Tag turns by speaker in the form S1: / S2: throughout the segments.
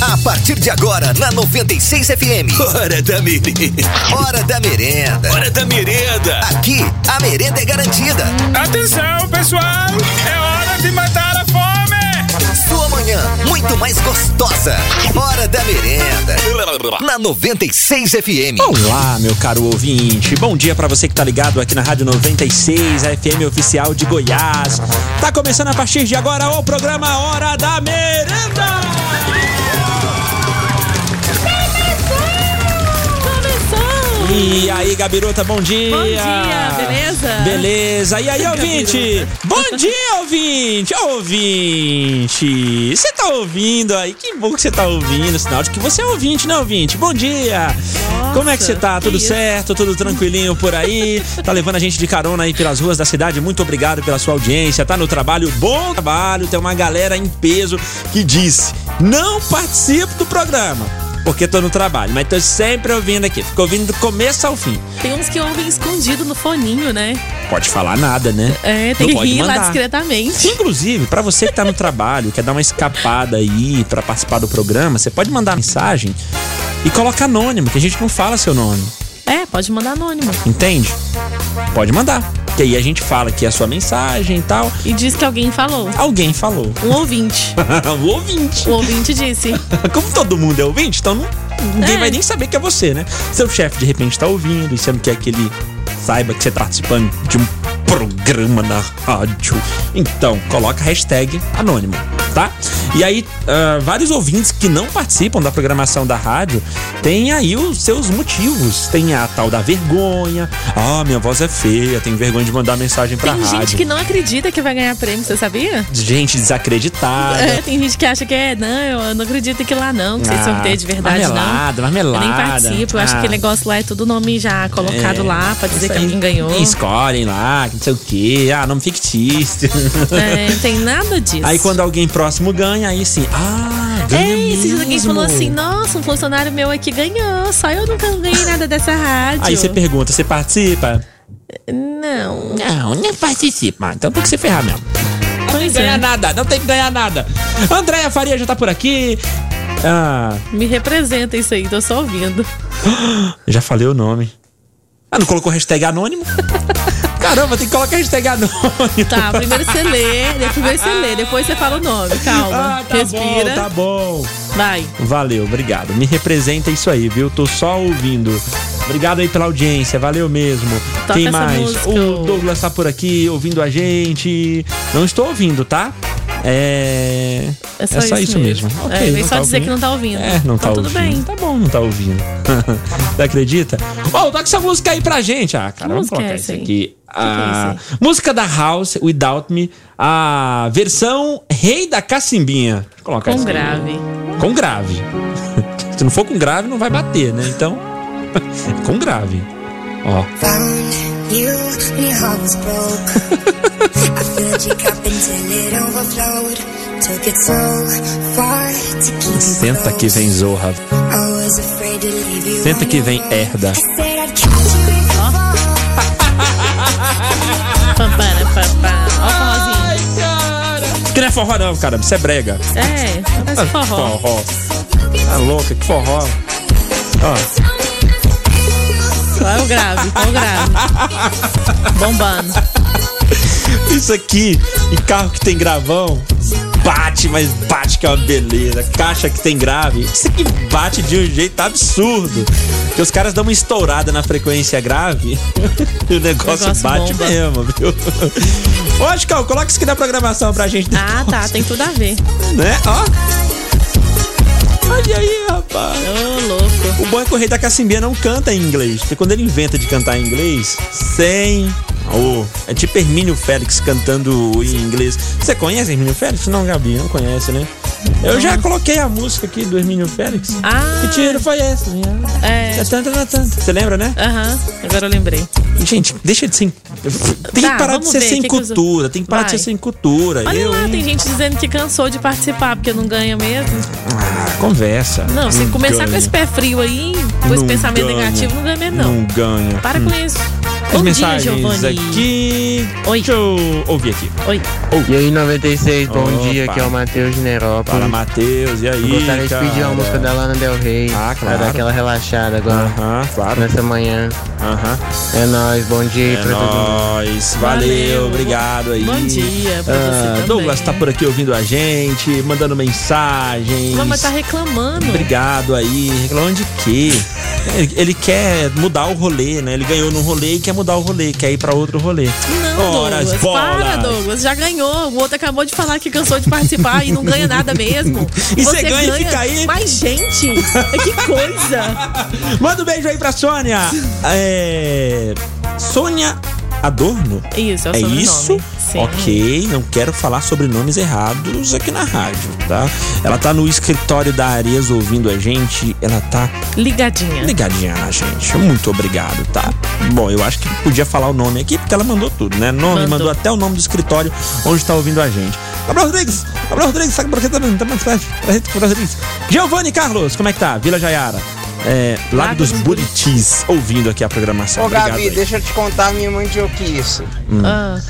S1: A partir de agora, na 96 FM.
S2: Hora da merenda.
S1: Hora da merenda.
S2: Hora da merenda.
S1: Aqui, a merenda é garantida.
S3: Atenção, pessoal! É hora de matar a fome!
S1: Sua manhã, muito mais gostosa. Hora da merenda. Na 96 FM.
S4: Olá, meu caro ouvinte. Bom dia pra você que tá ligado aqui na Rádio 96, a FM oficial de Goiás. Tá começando a partir de agora o programa Hora da Merenda. E aí, Gabirota, bom dia!
S5: Bom dia, beleza?
S4: Beleza. E aí, ouvinte? Bom dia, ouvinte! Ouvinte! Você tá ouvindo aí? Que bom que você tá ouvindo. Sinal de que você é ouvinte, né, ouvinte? Bom dia! Como é que você tá?
S5: que
S4: Tudo
S5: isso.
S4: certo? Tudo tranquilinho por aí? Tá levando a gente de carona aí pelas ruas da cidade? Muito obrigado pela sua audiência. Tá no trabalho? Bom trabalho. Tem uma galera em peso que disse: não participo do programa. Porque tô no trabalho, mas tô sempre ouvindo aqui. Fico ouvindo do começo ao fim.
S5: Tem uns que ouvem escondido no foninho, né?
S4: Pode falar nada, né?
S5: É, tem
S4: Não
S5: que
S4: pode
S5: rir lá
S4: mandar.
S5: discretamente.
S4: Inclusive, pra você que tá no trabalho, quer dar uma escapada aí pra participar do programa, você pode mandar mensagem e coloca anônimo, que a gente não fala seu nome,
S5: É, pode mandar anônimo.
S4: entende? Pode mandar. Que aí a gente fala que é a sua mensagem e tal.
S5: E diz que alguém falou.
S4: Alguém falou.
S5: Um ouvinte.
S4: o ouvinte.
S5: O ouvinte disse.
S4: Como todo mundo é ouvinte, então não- ninguém
S5: É.
S4: vai nem saber que é você, né? Seu chefe de repente tá ouvindo e você não quer que ele saiba que você tá participando de um programa na rádio. Então, coloca a hashtag anônimo, tá? E aí, ah, vários ouvintes que não participam da programação da rádio têm aí os seus motivos. Tem a tal da vergonha. Ah, minha voz é feia, tenho vergonha de mandar mensagem pra
S5: Tem
S4: rádio.
S5: gente que não acredita que vai ganhar prêmio, você sabia?
S4: Gente desacreditada.
S5: É, tem gente que acha que é, não, eu não acredito que lá não, que vocês sorteio é de verdade, não.
S4: marmelada,
S5: Eu
S4: Marmelada,
S5: nem participo, eu acho que
S4: Ah.
S5: aquele negócio lá é tudo nome já colocado
S4: É,
S5: lá pra dizer
S4: isso
S5: que
S4: aí.
S5: alguém ganhou.
S4: E escolhem lá, que não sei o quê. Ah, nome fictício.
S5: É, não tem nada disso.
S4: aí quando alguém próximo ganha, aí sim. Ah, ganha
S5: É, esses dias alguém
S4: mesmo.
S5: falou assim: nossa, um funcionário meu aqui ganhou, só eu nunca ganhei nada dessa rádio.
S4: Aí você pergunta, você participa?
S5: Não.
S4: Não, nem participa. Ah, Então tem que se ferrar mesmo.
S5: Pois
S4: Não
S5: é,
S4: ganha nada, não tem que ganhar nada. Andréia Faria já tá por aqui. Ah,
S5: me representa isso aí, tô só ouvindo.
S4: já falei o nome. Ah, não colocou hashtag anônimo? Caramba, tem que colocar hashtag anônimo.
S5: Tá, primeiro você lê, né, primeiro você lê, depois você fala o nome. Calma,
S4: Ah, tá
S5: respira.
S4: bom, tá bom.
S5: Vai.
S4: Valeu, obrigado. Me representa isso aí, viu? Tô só ouvindo. Obrigado aí pela audiência, valeu mesmo.
S5: Toca
S4: Quem
S5: essa
S4: mais?
S5: música.
S4: O Douglas tá por aqui ouvindo a gente. Não estou ouvindo, tá? É.
S5: É só, isso, mesmo.
S4: Ok,
S5: é, veio
S4: não
S5: só
S4: tá
S5: dizer
S4: ouvindo.
S5: que não tá ouvindo.
S4: É, não tá
S5: então, tudo
S4: ouvindo.
S5: bem.
S4: Tá bom, não tá ouvindo. Você acredita? Ô, toca essa música aí pra gente. Ah, cara, vamos
S5: música é
S4: colocar
S5: essa
S4: isso
S5: aí?
S4: aqui.
S5: que é
S4: A
S5: isso
S4: música da House, Without Me, a versão Rei da Cacimbinha. Deixa eu colocar
S5: Com
S4: isso aí.
S5: grave.
S4: Com grave. Se não for com grave, não vai bater, né? Então, com grave. Ó.
S6: Found you when your heart was broke. I filled your cup until it overflowed. Took it so far to keep you
S4: Senta que
S6: close.
S4: vem Zorra.
S6: I was afraid to leave you
S4: Senta
S6: on
S4: que
S6: your
S4: vem
S6: own.
S4: Herda.
S6: I said I'd catch you if you fall.
S5: Pampara, papá. Ó o forrozinho.
S4: Isso Que não é forró, não, cara. Isso é brega.
S5: É, parece forró.
S4: Forró. Tá louca, que forró. Ó,
S5: Só é o grave, só é o grave. Bombando.
S4: isso aqui, e carro que tem gravão, bate, mas bate que é uma beleza. Caixa que tem grave, isso aqui bate de um jeito absurdo. Que os caras dão uma estourada na frequência grave e o negócio,
S5: Negócio
S4: bate
S5: bomba.
S4: mesmo, viu? Ô, Ascão, coloca isso aqui na programação pra gente
S5: Ah, tá, tem tudo a ver.
S4: né? Ó. Olha aí, rapaz.
S5: Ô, louco.
S4: O bom é que o rei da Cacimbinha não canta em inglês. Porque quando ele inventa de cantar em inglês, sem. Oh, é tipo Hermínio Félix cantando em inglês. Você conhece Hermínio Félix? Não, Gabi, não conhece, né? Eu já coloquei a música aqui do Hermínio Félix.
S5: Ah.
S4: Que tiro foi esse?
S5: É.
S4: Você lembra, né?
S5: Aham, agora eu lembrei.
S4: Gente, deixa de ser. Tem
S5: Tá,
S4: que parar de
S5: vamos
S4: ser
S5: ver,
S4: sem
S5: que que os-
S4: cultura. Tem que parar de
S5: Vai.
S4: ser sem cultura.
S5: Olha
S4: Eu,
S5: lá,
S4: hein?
S5: tem gente dizendo que cansou de participar porque não ganha mesmo.
S4: Ah, conversa.
S5: Não, se começar com
S4: ganha.
S5: esse pé frio aí, com esse
S4: Não
S5: pensamento
S4: ganha.
S5: negativo, não ganha mesmo, não.
S4: ganha.
S5: Para com isso.
S4: Muitas
S5: Bom dia,
S4: mensagens
S5: Giovanni.
S4: aqui.
S5: Oi.
S4: Deixa eu ouvir aqui.
S5: Oi.
S7: Oh. E aí, 96, bom
S4: Opa.
S7: dia, aqui é o Matheus de Nerópolis.
S4: Para Matheus, e aí?
S7: Hum. Gostaria de pedir
S4: cara?
S7: uma música da Lana Del Rey pra
S4: Ah, claro.
S7: dar aquela relaxada agora,
S4: Aham, claro.
S7: nessa manhã.
S4: Aham.
S7: É nóis, bom dia
S4: É
S7: pra todo mundo.
S4: nóis. Valeu,
S5: Valeu.
S4: obrigado aí.
S5: Bom dia pra você
S4: Ah,
S5: também.
S4: Douglas tá por aqui ouvindo a gente, mandando mensagens.
S5: Mamãe tá reclamando.
S4: Obrigado aí. Reclamando de quê? Ele- Ele quer mudar o rolê, né? Ele ganhou num rolê e quer mudar o rolê, quer ir pra outro rolê.
S5: Não,
S4: Ora, as
S5: Douglas.
S4: bolas.
S5: Para, Douglas. Já ganhou. O outro acabou de falar que cansou de participar e não ganha nada mesmo.
S4: E você ganha e fica aí.
S5: Mas, gente, É que coisa.
S4: Manda um beijo aí pra Sônia. É. Sônia Adorno.
S5: Isso, é o
S4: É
S5: sobrenome.
S4: isso?
S5: Sim.
S4: Ok, não quero falar sobrenomes errados aqui na rádio, tá? Ela tá no escritório da Ares ouvindo a gente, ela tá
S5: Ligadinha.
S4: ligadinha na gente. Muito obrigado, tá? Bom, eu acho que podia falar o nome aqui, porque ela mandou tudo, né? Nome, mandou,
S5: Mandou.
S4: até o nome do escritório onde tá ouvindo a gente. Gabriel Rodrigues, Gabriel Rodrigues, sabe por que tá mandando mais tarde? Gabriel Rodrigues. Giovanni Carlos, como é que tá? Vila Jaiara. É, Lago,
S5: Lago
S4: dos
S5: dos
S4: Buritis, ouvindo aqui a programação.
S8: Ô
S4: Obrigado
S8: Gabi,
S4: aí.
S8: deixa eu te contar a minha mandioquice.
S5: Ah,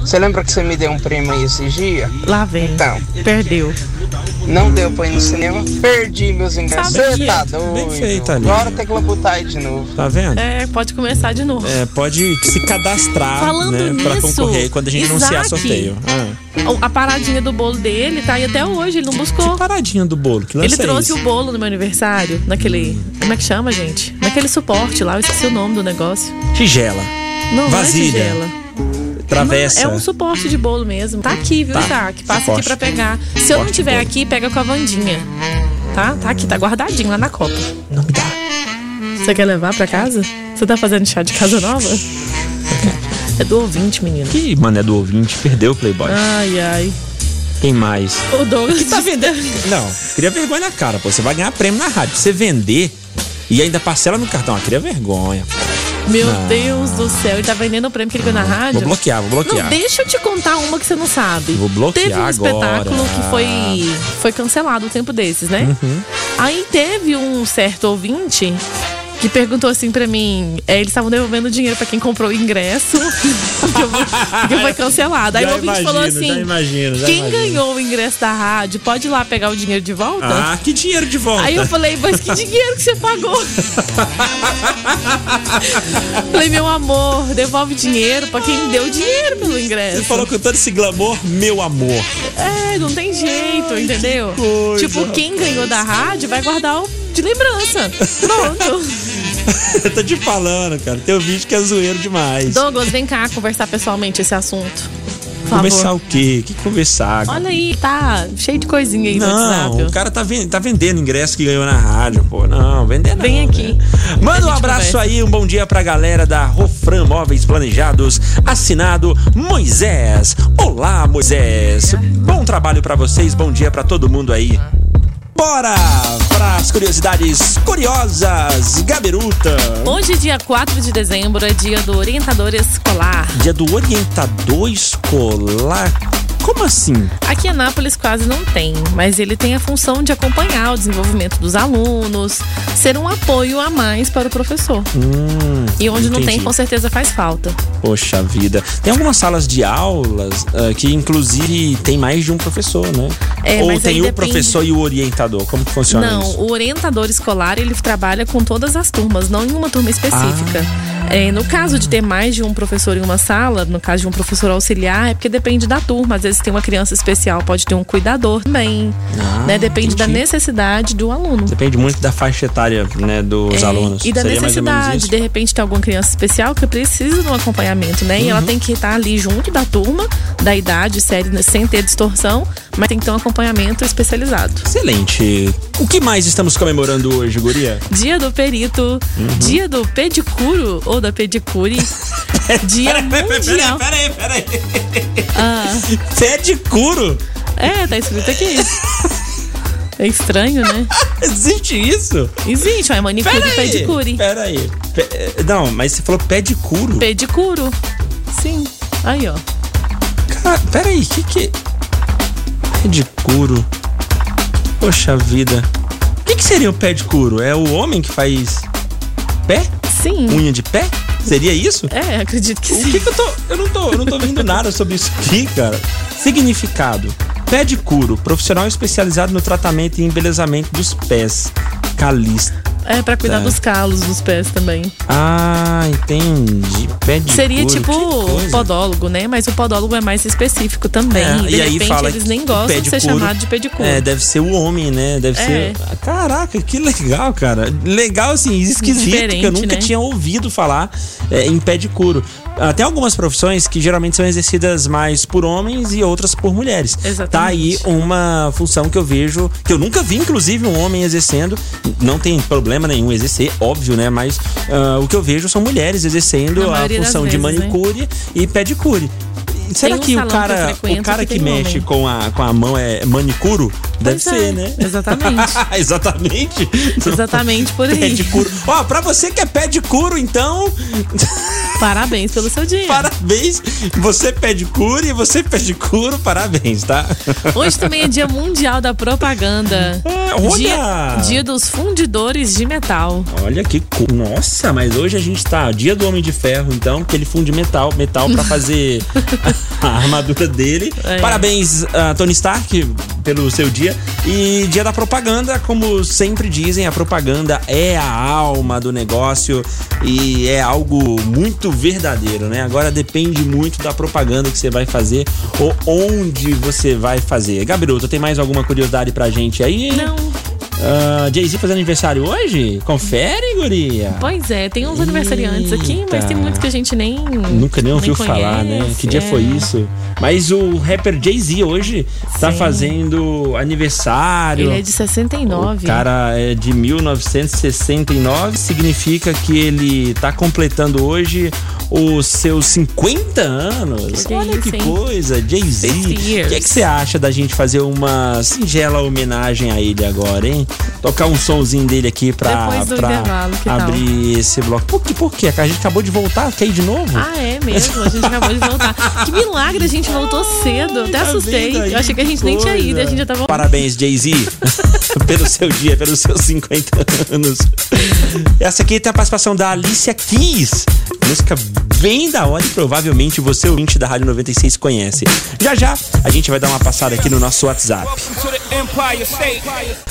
S8: Você lembra que você me deu um prêmio aí esses dias?
S5: lá vem.
S4: Tá.
S8: Então,
S5: Perdeu.
S8: não deu pra ir no cinema, perdi meus ingressos.
S5: Sabia.
S8: Você tá
S4: Bem
S8: doido.
S4: feito, Aline.
S8: Agora tem que labutar aí de novo.
S4: Tá vendo?
S5: É, pode começar de novo.
S4: É, pode se cadastrar
S5: Falando
S4: né, pra
S5: nisso,
S4: concorrer quando a gente anunciar
S5: Isaac.
S4: sorteio. Ah,
S5: O- A paradinha do bolo dele tá aí até hoje, ele não buscou.
S4: que paradinha do bolo, que lance
S5: Ele
S4: é
S5: trouxe
S4: esse?
S5: o bolo no meu aniversário, naquele. Como é que chama, gente? Naquele suporte lá, eu esqueci o nome do negócio.
S4: Tigela,
S5: Não, não
S4: Vasilha.
S5: é tigela.
S4: travessa.
S5: Não, é um suporte de bolo mesmo. Tá aqui, viu,
S4: Tá.
S5: Isaac? Passa
S4: Suporte.
S5: aqui pra pegar. Se eu não
S4: Suporte de
S5: tiver
S4: bolo.
S5: aqui, pega com a Vandinha. Tá? Tá aqui, tá guardadinho lá na copa.
S4: Não me dá.
S5: Você quer levar pra casa? Você tá fazendo chá de casa nova? É do ouvinte, menino.
S4: Que mané do ouvinte, perdeu o Playboy.
S5: Ai, ai.
S4: Quem mais?
S5: O Douglas tá vendendo.
S4: Não, queria vergonha na cara, pô. Você vai ganhar prêmio na rádio. Você vender e ainda parcela no cartão. Ah, queria vergonha.
S5: Meu Deus do céu, ele tá vendendo o prêmio que ele ganhou na rádio.
S4: Vou bloquear, vou
S5: Não,
S4: bloquear.
S5: deixa eu te contar uma que você não sabe.
S4: Vou bloquear
S5: Teve um espetáculo
S4: agora.
S5: que foi, foi cancelado um tempo desses, né?
S4: Uhum.
S5: Aí teve um certo ouvinte que perguntou assim pra mim, é, eles estavam devolvendo dinheiro pra quem comprou o ingresso, porque, eu vou- porque foi cancelado. Aí
S4: Já
S5: o ouvinte
S4: imagino,
S5: falou
S4: já
S5: assim,
S4: imagino, já
S5: quem
S4: imagino."
S5: ganhou o ingresso da rádio pode ir lá pegar o dinheiro de volta?
S4: Ah, que dinheiro de volta.
S5: Aí eu falei, mas que dinheiro que você pagou? falei, meu amor, devolve dinheiro pra quem deu dinheiro pelo
S4: Você
S5: ingresso.
S4: falou com todo esse glamour, meu amor.
S5: É, não tem jeito, entendeu?
S4: coisa,
S5: tipo, quem ganhou da rádio vai guardar o de lembrança. Pronto.
S4: Eu tô te falando, cara. Teu vídeo que é zoeiro demais.
S5: Douglas, vem cá conversar pessoalmente esse assunto. Por um favor.
S4: Conversar o quê? O que conversar?
S5: Olha aí, tá cheio de coisinha aí no
S4: Não, o
S5: WhatsApp.
S4: cara tá, ven- tá vendendo ingresso que ganhou na rádio, pô. Não, vender não.
S5: Vem aqui.
S4: né? Manda um
S5: A gente
S4: abraço
S5: conversa.
S4: aí, um bom dia pra galera da Rofran Móveis Planejados, assinado Moisés. Olá, Moisés. Bom trabalho pra vocês, bom dia pra todo mundo aí. Bora para as curiosidades curiosas, Gabiruta.
S5: Hoje, dia 4 de dezembro, é dia do orientador escolar.
S4: Dia do orientador escolar. Como assim?
S5: Aqui em Anápolis quase não tem, mas ele tem a função de acompanhar o desenvolvimento dos alunos, ser um apoio a mais para o professor. e onde não tem,
S4: Hum, entendi.
S5: com certeza faz falta.
S4: Poxa vida. Tem algumas salas de aulas ah, que, inclusive, tem mais de um professor, né?
S5: É,
S4: Ou
S5: mas
S4: tem
S5: aí
S4: o
S5: depende-
S4: professor e o orientador. Como que funciona
S5: não,
S4: isso?
S5: o orientador escolar ele trabalha com todas as turmas, não em uma turma específica.
S4: Ah.
S5: É, no caso de ter mais de um professor em uma sala, no caso de um professor auxiliar, é porque depende da turma. Às vezes tem uma criança especial, pode ter um cuidador também.
S4: Ah,
S5: né? Depende da
S4: entendi.
S5: necessidade do aluno.
S4: Depende muito da faixa etária né, dos
S5: É,
S4: alunos.
S5: E da
S4: Seria mais ou menos
S5: necessidade.
S4: isso?
S5: De repente tem alguma criança especial que precisa de um acompanhamento, né? E
S4: Uhum.
S5: ela tem que estar ali junto da turma, da idade, série, né, sem ter distorção, mas tem que ter um acompanhamento especializado.
S4: Excelente. O que mais estamos comemorando hoje, Guria?
S5: Dia do perito,
S4: Uhum.
S5: dia do pedicuro ou da pedicure, é um dia Ah. mundial.
S4: peraí, peraí. Pé de curo?
S5: É, tá escrito aqui. É estranho, né?
S4: Existe isso?
S5: Existe, ó, é manicure e pedicure.
S4: Peraí. Pe- Não, mas você falou pé de curo?
S5: Pedicuro. Sim. Aí, ó.
S4: Cara, peraí, o que que. Pé de couro? Poxa vida. O que, que seria o pé de couro? É o homem que faz pé?
S5: Sim.
S4: Unha de pé? Seria isso?
S5: É, acredito que
S4: O
S5: sim.
S4: Um que que eu tô... Eu não tô, eu não tô vendo nada sobre isso aqui, cara. Significado. Pé de couro, profissional especializado no tratamento e embelezamento dos pés. Calista.
S5: É pra cuidar
S4: Tá.
S5: dos calos dos pés também.
S4: Ah, entendi. Pé de
S5: Seria
S4: couro,
S5: tipo
S4: que coisa.
S5: podólogo, né? Mas o podólogo é mais específico também.
S4: É,
S5: de
S4: e aí
S5: repente
S4: fala
S5: eles
S4: que
S5: nem
S4: pé
S5: gostam
S4: de
S5: de ser
S4: couro-
S5: chamado de pedicuro.
S4: É, deve ser o homem, né? Deve
S5: É.
S4: ser. Caraca, que legal, cara. Legal, assim, esquisito, que eu
S5: Diferente,
S4: nunca
S5: né?
S4: tinha ouvido falar é, em pé de couro. Ah, Tem algumas profissões que geralmente são exercidas mais por homens e outras por mulheres.
S5: Exatamente.
S4: Tá aí uma função que eu vejo, que eu nunca vi, inclusive, um homem exercendo. Não tem problema nenhum exercer, óbvio, né? Mas ah, o que eu vejo são mulheres exercendo
S5: Na
S4: a
S5: maioria das
S4: função de
S5: vezes, né?
S4: manicure e pedicure. E Será
S5: um
S4: que o
S5: salão que eu
S4: cara, o
S5: frequento
S4: cara
S5: que
S4: que,
S5: tem um
S4: mexe
S5: homem.
S4: com a, com a mão é manicuro? Deve
S5: Pois
S4: ser,
S5: é,
S4: né?
S5: exatamente.
S4: exatamente.
S5: Exatamente por
S4: Pé
S5: aí.
S4: de couro. Ó, pra você que é pé de couro, então,
S5: Parabéns pelo seu dia.
S4: parabéns. Você pé de couro e você pé de couro, parabéns, tá?
S5: Hoje também é dia mundial da propaganda.
S4: É, olha!
S5: Dia, dia dos fundidores de metal.
S4: Olha que. co- Nossa, mas hoje a gente tá. Dia do Homem de Ferro, então, que ele funde metal, metal pra fazer a, a armadura dele.
S5: É.
S4: Parabéns a Tony Stark pelo seu dia. E dia da propaganda, como sempre dizem, a propaganda é a alma do negócio e é algo muito verdadeiro, né? Agora depende muito da propaganda que você vai fazer ou onde você vai fazer. Gabiruta, tem mais alguma curiosidade pra gente aí?
S5: Não,
S4: Ah, Jay-Z fazendo aniversário hoje? Confere, guria.
S5: pois é, tem uns aniversariantes aqui, mas tem
S4: Eita.
S5: muitos que a gente nem.
S4: Nunca nem ouviu falar, né?
S5: conhece,
S4: Que dia
S5: é.
S4: foi isso? Mas o rapper Jay-Z hoje tá
S5: Sim.
S4: fazendo aniversário.
S5: Ele é de 69.
S4: O cara é de 1969, significa que ele tá completando hoje os seus 50 anos.
S5: Que
S4: Olha
S5: isso,
S4: que
S5: hein?
S4: coisa, Jay-Z.
S5: 50
S4: O
S5: years.
S4: que, é que você acha da gente fazer uma singela homenagem a ele agora, hein? Tocar um sonzinho dele aqui pra,
S5: Depois do
S4: pra
S5: intervalo, que tal?
S4: abrir esse bloco. Por quê? Por quê? A gente acabou de voltar, quer ir de novo?
S5: Ah, é mesmo? A gente acabou de voltar. Que milagre, a gente voltou cedo. Eu Até
S4: Tá
S5: assustei.
S4: vendo aí
S5: Eu achei que a gente nem tinha
S4: coisa?
S5: ido, a gente já tava.
S4: Parabéns, Jay-Z, pelo seu dia, pelos seus 50 anos. Essa aqui tem a participação da Alicia Keys. Música bem da hora e provavelmente você, ouvinte da Rádio 96, conhece. Já já, a gente vai dar uma passada aqui no nosso WhatsApp.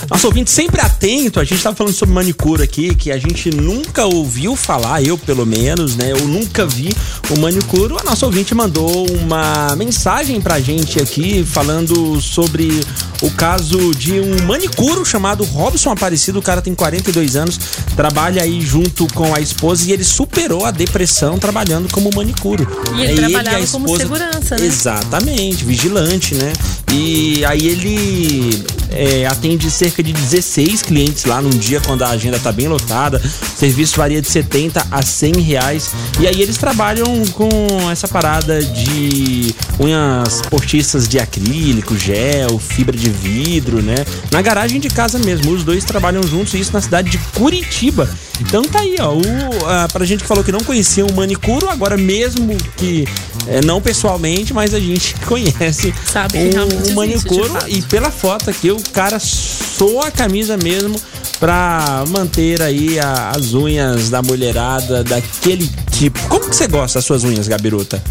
S4: Nosso ouvinte sempre atento, a gente tava falando sobre manicure aqui, que a gente nunca ouviu falar, eu pelo menos, né? Eu nunca vi o manicure. A nossa ouvinte mandou uma mensagem pra gente aqui falando sobre o caso de um manicuro chamado Robson Aparecido. O cara tem 42 anos, trabalha aí junto com a esposa e ele superou a depressão trabalhando como manicuro.
S5: E ele
S4: É
S5: trabalhava
S4: a
S5: como segurança, né?
S4: Exatamente, vigilante, né? E aí ele é, atende cerca de 16 clientes lá num dia quando a agenda tá bem lotada. O serviço varia de 70 a 100 reais. E aí eles trabalham com essa parada de unhas postiças de acrílico, gel, fibra de vidro, né? Na garagem de casa mesmo. Os dois trabalham juntos, e isso na cidade de Curitiba. Então tá aí, ó. O, a, pra gente que falou que não conhecia o manicuro, agora mesmo que é, não pessoalmente, mas a gente conhece
S5: Sabe que realmente
S4: o,
S5: existe,
S4: o
S5: de
S4: manicuro
S5: fato.
S4: e pela foto aqui o cara soa a camisa mesmo pra manter aí a- as unhas da mulherada daquele tipo. Como que você gosta das suas unhas, Gabiruta?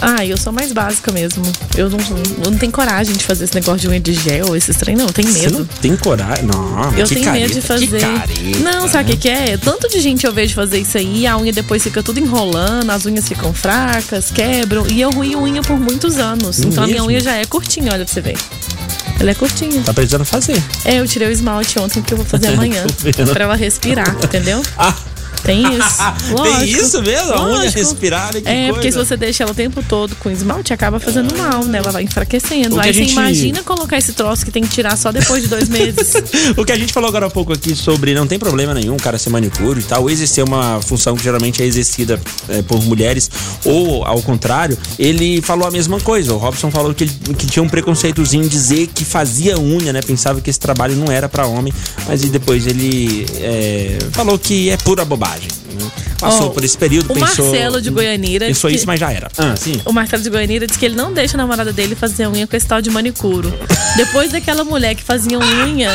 S5: Ah, eu sou mais básica mesmo. Eu não, eu não tenho coragem de fazer esse negócio de unha de gel, esses trem, não. Eu tenho
S4: Você
S5: medo.
S4: não tem coragem? Não,
S5: Eu
S4: que
S5: tenho
S4: careta,
S5: medo de
S4: que
S5: fazer.
S4: careta. né?
S5: Não, sabe o que, que é? Tanto de gente eu vejo fazer isso aí, a unha depois fica tudo enrolando, as unhas ficam fracas, quebram. E eu ruim unha por muitos anos.
S4: Não
S5: então a minha
S4: mesmo?
S5: unha já é curtinha, olha pra você ver. Ela é curtinha.
S4: Tá precisando fazer.
S5: É, eu tirei o esmalte ontem que eu vou fazer amanhã.
S4: Tô vendo.
S5: pra ela respirar, entendeu?
S4: Tá Ah,
S5: Tem isso. Lógico.
S4: tem isso mesmo? A unha
S5: Lógico.
S4: respirada, que
S5: É,
S4: coisa.
S5: porque se você deixa ela o tempo todo com esmalte, acaba fazendo mal, né? Ela vai
S4: O
S5: enfraquecendo.
S4: que a
S5: Aí
S4: gente-
S5: você imagina colocar esse troço que tem que tirar só depois de dois meses.
S4: O que a gente falou agora há pouco aqui sobre não tem problema nenhum o cara ser manicure e tal, exercer uma função que geralmente é exercida eh, por mulheres, ou ao contrário, ele falou a mesma coisa. O Robson falou que, ele- que tinha um preconceitozinho em dizer que fazia unha, né? Pensava que esse trabalho não era pra homem, mas e depois ele eh, falou que é pura bobagem. né? Passou
S5: Ó,
S4: por esse período,
S5: o
S4: pensou.
S5: Marcelo de Goianira
S4: Pensou
S5: que-
S4: isso, mas já era. Ah, sim.
S5: O Marcelo de Goianira diz que ele não deixa a namorada dele fazer unha com esse tal de manicuro. Depois daquela mulher que fazia unha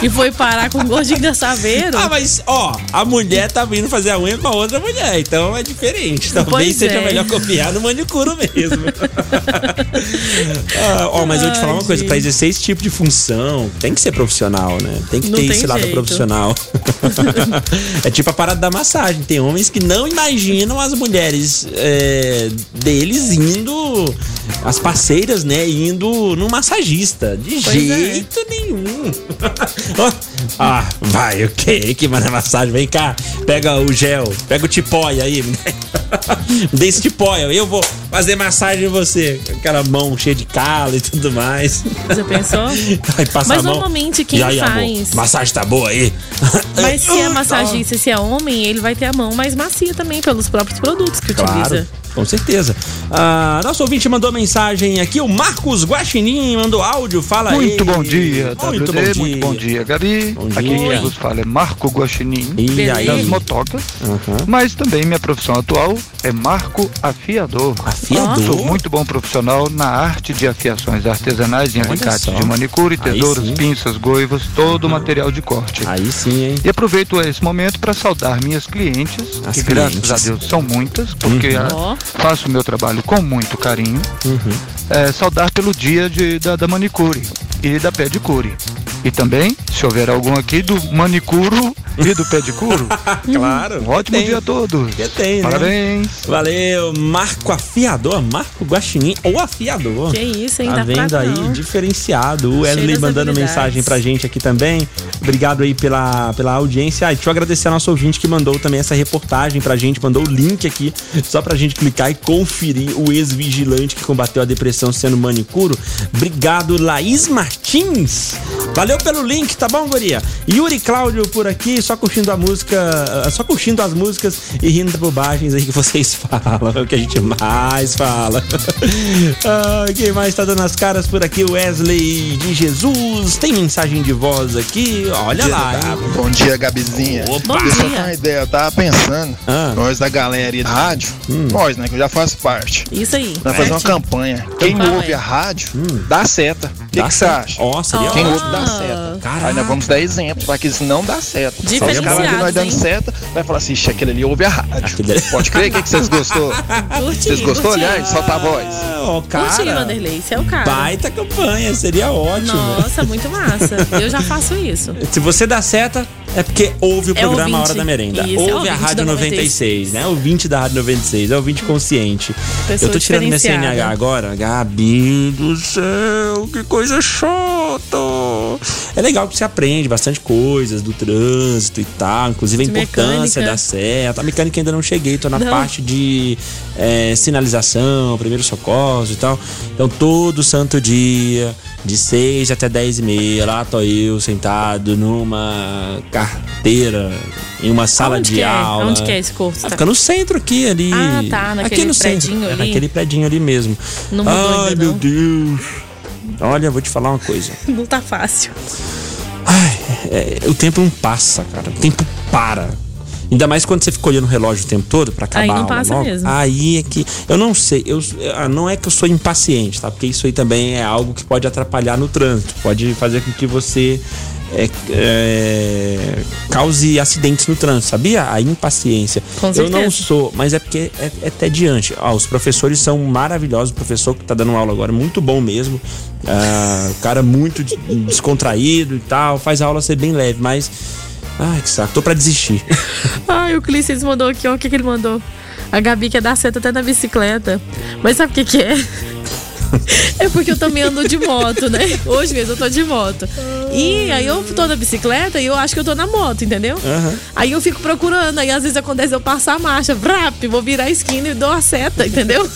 S5: e foi parar com um gordinho dançaveiro.
S4: Ah, mas, ó, a mulher tá vindo fazer a unha com a outra mulher, então é diferente. Talvez
S5: Pois
S4: seja
S5: é.
S4: melhor copiar no manicuro mesmo. Ah, ó, mas eu vou te falar uma
S5: Ai,
S4: coisa,
S5: gente.
S4: pra exercer esse tipo de função, tem que ser profissional, né? Tem que
S5: Não
S4: ter
S5: tem
S4: esse lado
S5: jeito.
S4: profissional. é tipo a parada da massagem. Tem homens que não imaginam as mulheres é, deles indo, as parceiras, né, indo num massagista. De
S5: Pois é.
S4: jeito nenhum. ah, vai, ok, que manda massagem. Vem cá, pega o gel, pega o tipóia aí. Dê esse tipóia, eu vou fazer massagem em você. Com Aquela mão cheia de calo e tudo mais.
S5: Você pensou?
S4: Aí passa
S5: Mas
S4: a mão.
S5: normalmente quem
S4: E aí, amor,
S5: faz-
S4: massagem tá boa aí?
S5: Mas se é massagista, e se é homem, ele vai ter a mão mais macia também pelos próprios produtos que
S4: Claro,
S5: utiliza.
S4: com certeza. Ah, nosso ouvinte mandou mensagem aqui, o Marcos Guaxinim mandou áudio, fala aí.
S9: Muito bom dia,
S4: Muito
S9: WD, muito bom dia, Gabi.
S4: Bom
S9: Aqui
S4: dia.
S9: quem vos fala é Marco Guaxinim,
S4: E aí,
S9: das motocas, mas também minha profissão atual é Marco Afiador. Sou
S4: afiador.
S9: muito bom profissional na arte de afiações artesanais em
S4: Olha
S9: alicates
S4: só.
S9: de manicure,
S4: Aí
S9: tesouros,
S4: sim.
S9: pinças, goivas, todo o material de corte.
S4: Aí sim, hein?
S9: E aproveito esse momento para saudar minhas clientes,
S4: As
S9: que
S4: clientes. Uhum.
S9: graças a Deus são muitas, porque
S5: Ó.
S9: ah, faço o meu trabalho com muito carinho. É, saudar pelo dia de- da, da manicure e da pedicure. E também, se houver algum aqui, do manicuro e do pedicuro.
S4: Claro.
S9: um ótimo dia a todos.
S4: Que tem, né?
S9: Parabéns.
S4: Valeu, Marco Afiador, Marco Guaxinim ou Afiador.
S5: Que é isso, hein?
S4: Tá
S5: Dá pra
S4: vendo aí,
S5: não.
S4: diferenciado. O Wesley
S5: das
S4: mandando
S5: habilidades.
S4: mensagem pra gente aqui também. Obrigado aí pela, pela audiência. Ah, e deixa eu agradecer ao nosso ouvinte que mandou também essa reportagem pra gente, mandou o link aqui, só pra gente clicar e conferir o ex-vigilante que combateu a depressão sendo manicuro. Obrigado, Laís Martins. Valeu pelo link, tá bom, Guria? Yuri Cláudio por aqui, só curtindo a música, ah, só curtindo as músicas e rindo das bobagens aí que vocês falam, é o que a gente mais fala. Ah, quem mais tá dando as caras por aqui? Wesley de Jesus, tem mensagem de voz aqui, olha lá, hein?
S10: Bom dia, Gabizinha.
S5: Bom
S10: Só pra uma
S5: dia.
S10: ideia, eu tava pensando,
S4: Ah. Hum.
S10: nós da galera da rádio, nós, né, que eu já faço parte,
S5: Isso aí.
S10: nós fazer uma
S5: Certinho.
S10: campanha. Quem
S5: Vai.
S10: ouve a rádio, dá seta. O que
S4: Dá
S10: que você
S4: certo.
S10: acha?
S4: Ó, seria
S10: Quem
S4: ótimo.
S10: ouve dá seta.
S4: Caraca.
S10: Aí nós vamos dar exemplo pra que isso não dá seta. Os caras vão ver nós
S5: Diferenciados,
S10: dando
S5: hein?
S10: seta, vai falar assim, "Ixi, aquele ali ouve a rádio.
S4: Aquele ali.
S10: Pode crer, o que, que vocês gostou?
S5: Curti,
S10: Vocês gostou,
S5: curti.
S10: aliás?
S9: tá
S10: Solta a voz.
S4: Ah, ó,
S5: Curti,
S4: cara.
S5: Vanderlei. Isso é o cara.
S4: Baita campanha, seria ótimo.
S5: Nossa, muito massa. Eu já faço isso.
S4: Se você dá seta, é porque ouve o
S5: É
S4: programa A
S5: ouvinte.
S4: Hora da Merenda.
S5: Isso, é
S4: ouve a
S5: ouvinte
S4: Rádio
S5: da
S4: 96, né? Ouvinte da Rádio 96, é ouvinte consciente.
S5: Pessoa
S4: Eu tô tirando minha
S5: diferenciada.
S4: CNH agora. Gabi do céu, que coisa chata! É legal que você aprende bastante coisas do trânsito e tal, inclusive a
S5: De
S4: importância
S5: mecânica.
S4: da seta. A mecânica ainda não cheguei, tô na
S5: Não.
S4: parte de é, sinalização, primeiros socorros e tal. Então, todo santo dia, de 6 até 10 e meia, lá tô eu sentado numa carteira, em uma sala
S5: Onde
S4: de
S5: que é?
S4: aula.
S5: Onde que é esse curso?
S4: Ah,
S5: Tá.
S4: fica no centro aqui, ali.
S5: Ah, tá, naquele
S4: aqui no centro.
S5: predinho
S4: É,
S5: ali.
S4: naquele predinho ali mesmo.
S5: Não mudou
S4: Ai,
S5: ainda,
S4: meu
S5: não.
S4: Deus. Olha, vou te falar uma coisa.
S5: Não tá fácil.
S4: Ai, é, o tempo não passa, cara. O tempo para. Ainda mais quando você fica olhando o relógio o tempo todo pra acabar
S5: Aí não
S4: a aula
S5: passa
S4: logo.
S5: mesmo.
S4: Aí é que. Eu não sei. Eu, ah, não é que eu sou impaciente, tá? Porque isso aí também é algo que pode atrapalhar no trânsito. Pode fazer com que você. é, é, cause acidentes no trânsito, sabia? A impaciência.
S5: Com
S4: eu não
S5: certeza.
S4: sou, mas é porque é, é até diante. Ah, os professores são maravilhosos. O professor que tá dando aula agora, é muito bom mesmo. Ah, o cara muito de- descontraído e tal. Faz a aula ser bem leve, mas. Ai, que saco. Tô pra desistir.
S5: Ai, o Clícides mandou aqui, ó. O que, que ele mandou? A Gabi quer dar seta até na bicicleta. Mas sabe o que, que é? É porque eu também ando de moto, né? Hoje mesmo eu tô de moto. E aí eu tô na bicicleta e eu acho que eu tô na moto, entendeu? Aí eu fico procurando, aí às vezes acontece eu passar a marcha, vrap, vou virar a esquina e dou a seta, entendeu?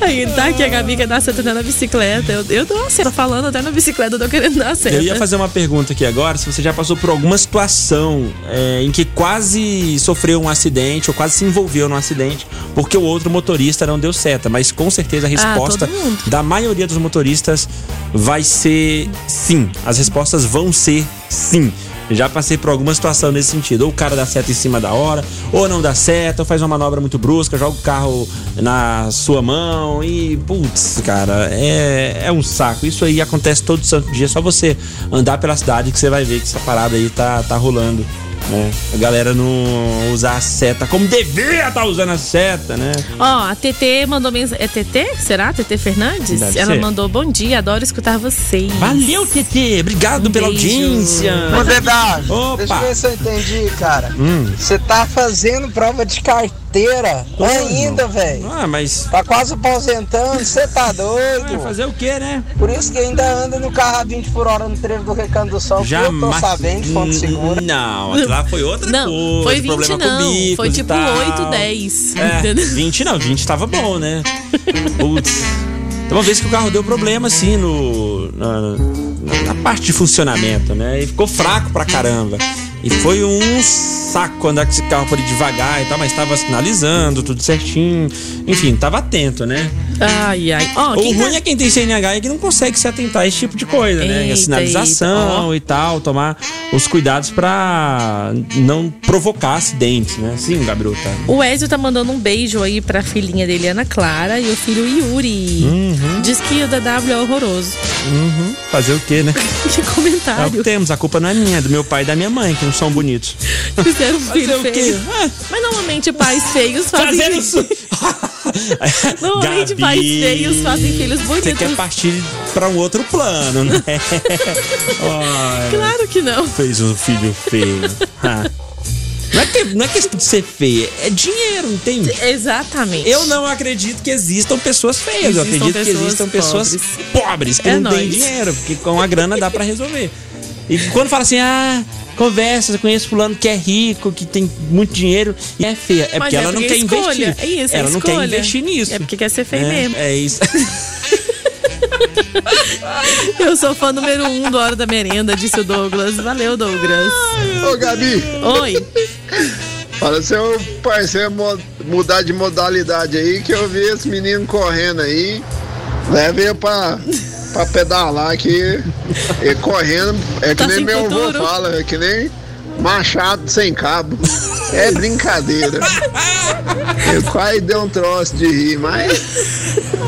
S5: aí tá aqui a Gabi quer dar seta até na bicicleta. Eu, eu dou a seta, Tô falando até na bicicleta, eu tô querendo dar a seta.
S4: Eu ia fazer uma pergunta aqui agora, se você já passou por alguma situação é, em que quase sofreu um acidente ou quase se envolveu num acidente porque o outro motorista não deu seta, mas com certeza a resposta
S5: Ah, todo mundo.
S4: da maioria dos motoristas vai ser sim. As respostas vão ser sim. Já passei por alguma situação nesse sentido. Ou o cara dá seta em cima da hora, ou não dá seta, ou faz uma manobra muito brusca, joga o carro na sua mão e. Putz, cara, é, é um saco. Isso aí acontece todo santo dia. É só você andar pela cidade que você vai ver que essa parada aí tá, tá rolando. Né? A galera não usar a seta como devia estar usando a seta, né?
S5: Ó, a TT mandou mensagem. É TT? Será? TT Fernandes?
S4: Deve
S5: Ela
S4: ser.
S5: mandou bom dia, adoro escutar vocês.
S4: Valeu, TT!
S5: Um
S4: Obrigado pela
S5: beijo.
S4: audiência!
S8: Ô, Dedado,
S4: Opa.
S8: deixa eu ver se eu entendi, cara.
S4: Hum.
S8: Você tá fazendo prova de carteira
S4: Tô,
S8: ainda, velho.
S4: Ah, mas.
S8: Tá quase aposentando, você tá
S4: Ah,
S8: doido.
S4: fazer o quê, né?
S8: Por isso que ainda anda no carro a 20 por hora no trevo do Recanto do Sol, que eu tô sabendo de fonte segura.
S4: Não, aquilo lá foi outra
S5: Não,
S4: coisa.
S5: foi 20
S4: problema
S5: não.
S4: Com bicos
S5: foi
S4: e
S5: tipo
S4: tal.
S5: 8, 10.
S4: É,
S5: Entendeu?
S4: 20 não, 20 tava bom, né? Putz. Tem uma vez que o carro deu problema, assim, no, na, na- na parte de funcionamento, né? E ficou fraco pra caramba. E foi um saco andar com esse carro por aí devagar e tal, mas tava sinalizando, tudo certinho. Enfim, tava atento, né?
S5: Ai, ai. Ó,
S4: O
S5: quem tá-
S4: ruim é quem tem CNH e que não consegue se atentar a esse tipo de coisa, né?
S5: Eita,
S4: A sinalização
S5: eita, ó.
S4: e tal, tomar os cuidados pra não provocar acidentes, né? Sim, Gabriel, tá.
S5: O Ezio tá mandando um beijo aí pra filhinha dele, Ana Clara, e o filho Yuri.
S4: Uhum.
S5: Diz que o DW é horroroso.
S4: Fazer o quê, né?
S5: Que
S4: É o que
S5: comentário.
S4: temos, a culpa não é minha, é do meu pai e da minha mãe, que não são bonitos.
S5: Fizeram um filho
S4: o quê?
S5: feio.
S4: Ah.
S5: Mas normalmente pais feios fazem.
S4: Fazendo isso.
S5: Normalmente pais feios fazem filhos
S4: Você quer
S5: bonitos.
S4: partir pra um outro plano, né? Olha,
S5: Claro que não.
S4: fez um filho feio. Ah. Não é, que, não é questão de ser feia, é dinheiro, entende?
S5: Exatamente.
S4: Eu não acredito que existam pessoas feias.
S5: Existam
S4: eu acredito que
S5: pessoas
S4: existam pessoas pobres, que
S5: É
S4: não têm
S5: nóis.
S4: dinheiro, porque com a grana dá pra resolver. E quando fala assim, ah, conversa, eu conheço fulano que é rico, que tem muito dinheiro e é feia. É
S5: Mas
S4: porque
S5: é
S4: ela não
S5: porque
S4: quer
S5: escolha.
S4: investir.
S5: É isso, é
S4: ela não quer
S5: escolha.
S4: investir nisso.
S5: É porque quer ser feio
S4: É,
S5: mesmo.
S4: é isso.
S5: Eu sou fã número um do Hora da Merenda, disse o Douglas. Valeu, Douglas.
S11: Ô, Gabi,
S5: Oi.
S11: para seu parceiro é mo- mudar de modalidade aí, que eu vi esse menino correndo aí. Leve ele pra, pra pedalar aqui. E correndo, é que
S5: Tá
S11: nem
S5: sem
S11: meu avô
S5: futuro.
S11: fala, é que nem machado sem cabo. É brincadeira. Eu quase dei um troço de rir, mas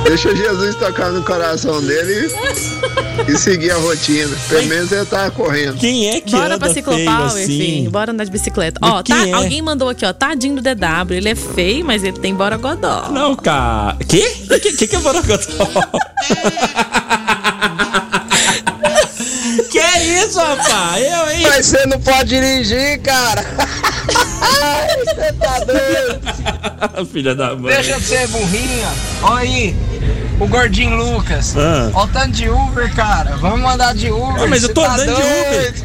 S11: deixa Jesus tocar no coração dele e seguir a rotina. Pelo menos ele tá correndo.
S4: Quem é que
S5: Bora
S4: anda
S5: pra
S4: feio
S5: ciclopau, enfim.
S4: assim?
S5: Bora andar de bicicleta.
S4: Mas
S5: Ó,
S4: quem
S5: tá,
S4: é?
S5: alguém mandou aqui, ó. Tadinho do DW. Ele é feio, mas ele tem bora godó.
S4: Não, cara. Quê? O que, que, que é Borocotó? que é isso, rapaz? Eu, hein?
S8: Mas você não pode dirigir, cara. Ai, Você tá doido.
S4: Ah, Filha da mãe.
S8: Deixa de ser burrinha. Olha aí, o gordinho Lucas.
S4: Ah.
S8: Ó, o tanto de Uber, cara. Vamos andar de Uber.
S4: Ah, mas eu
S8: você
S4: tô
S8: tá
S4: andando de Uber.
S8: doido.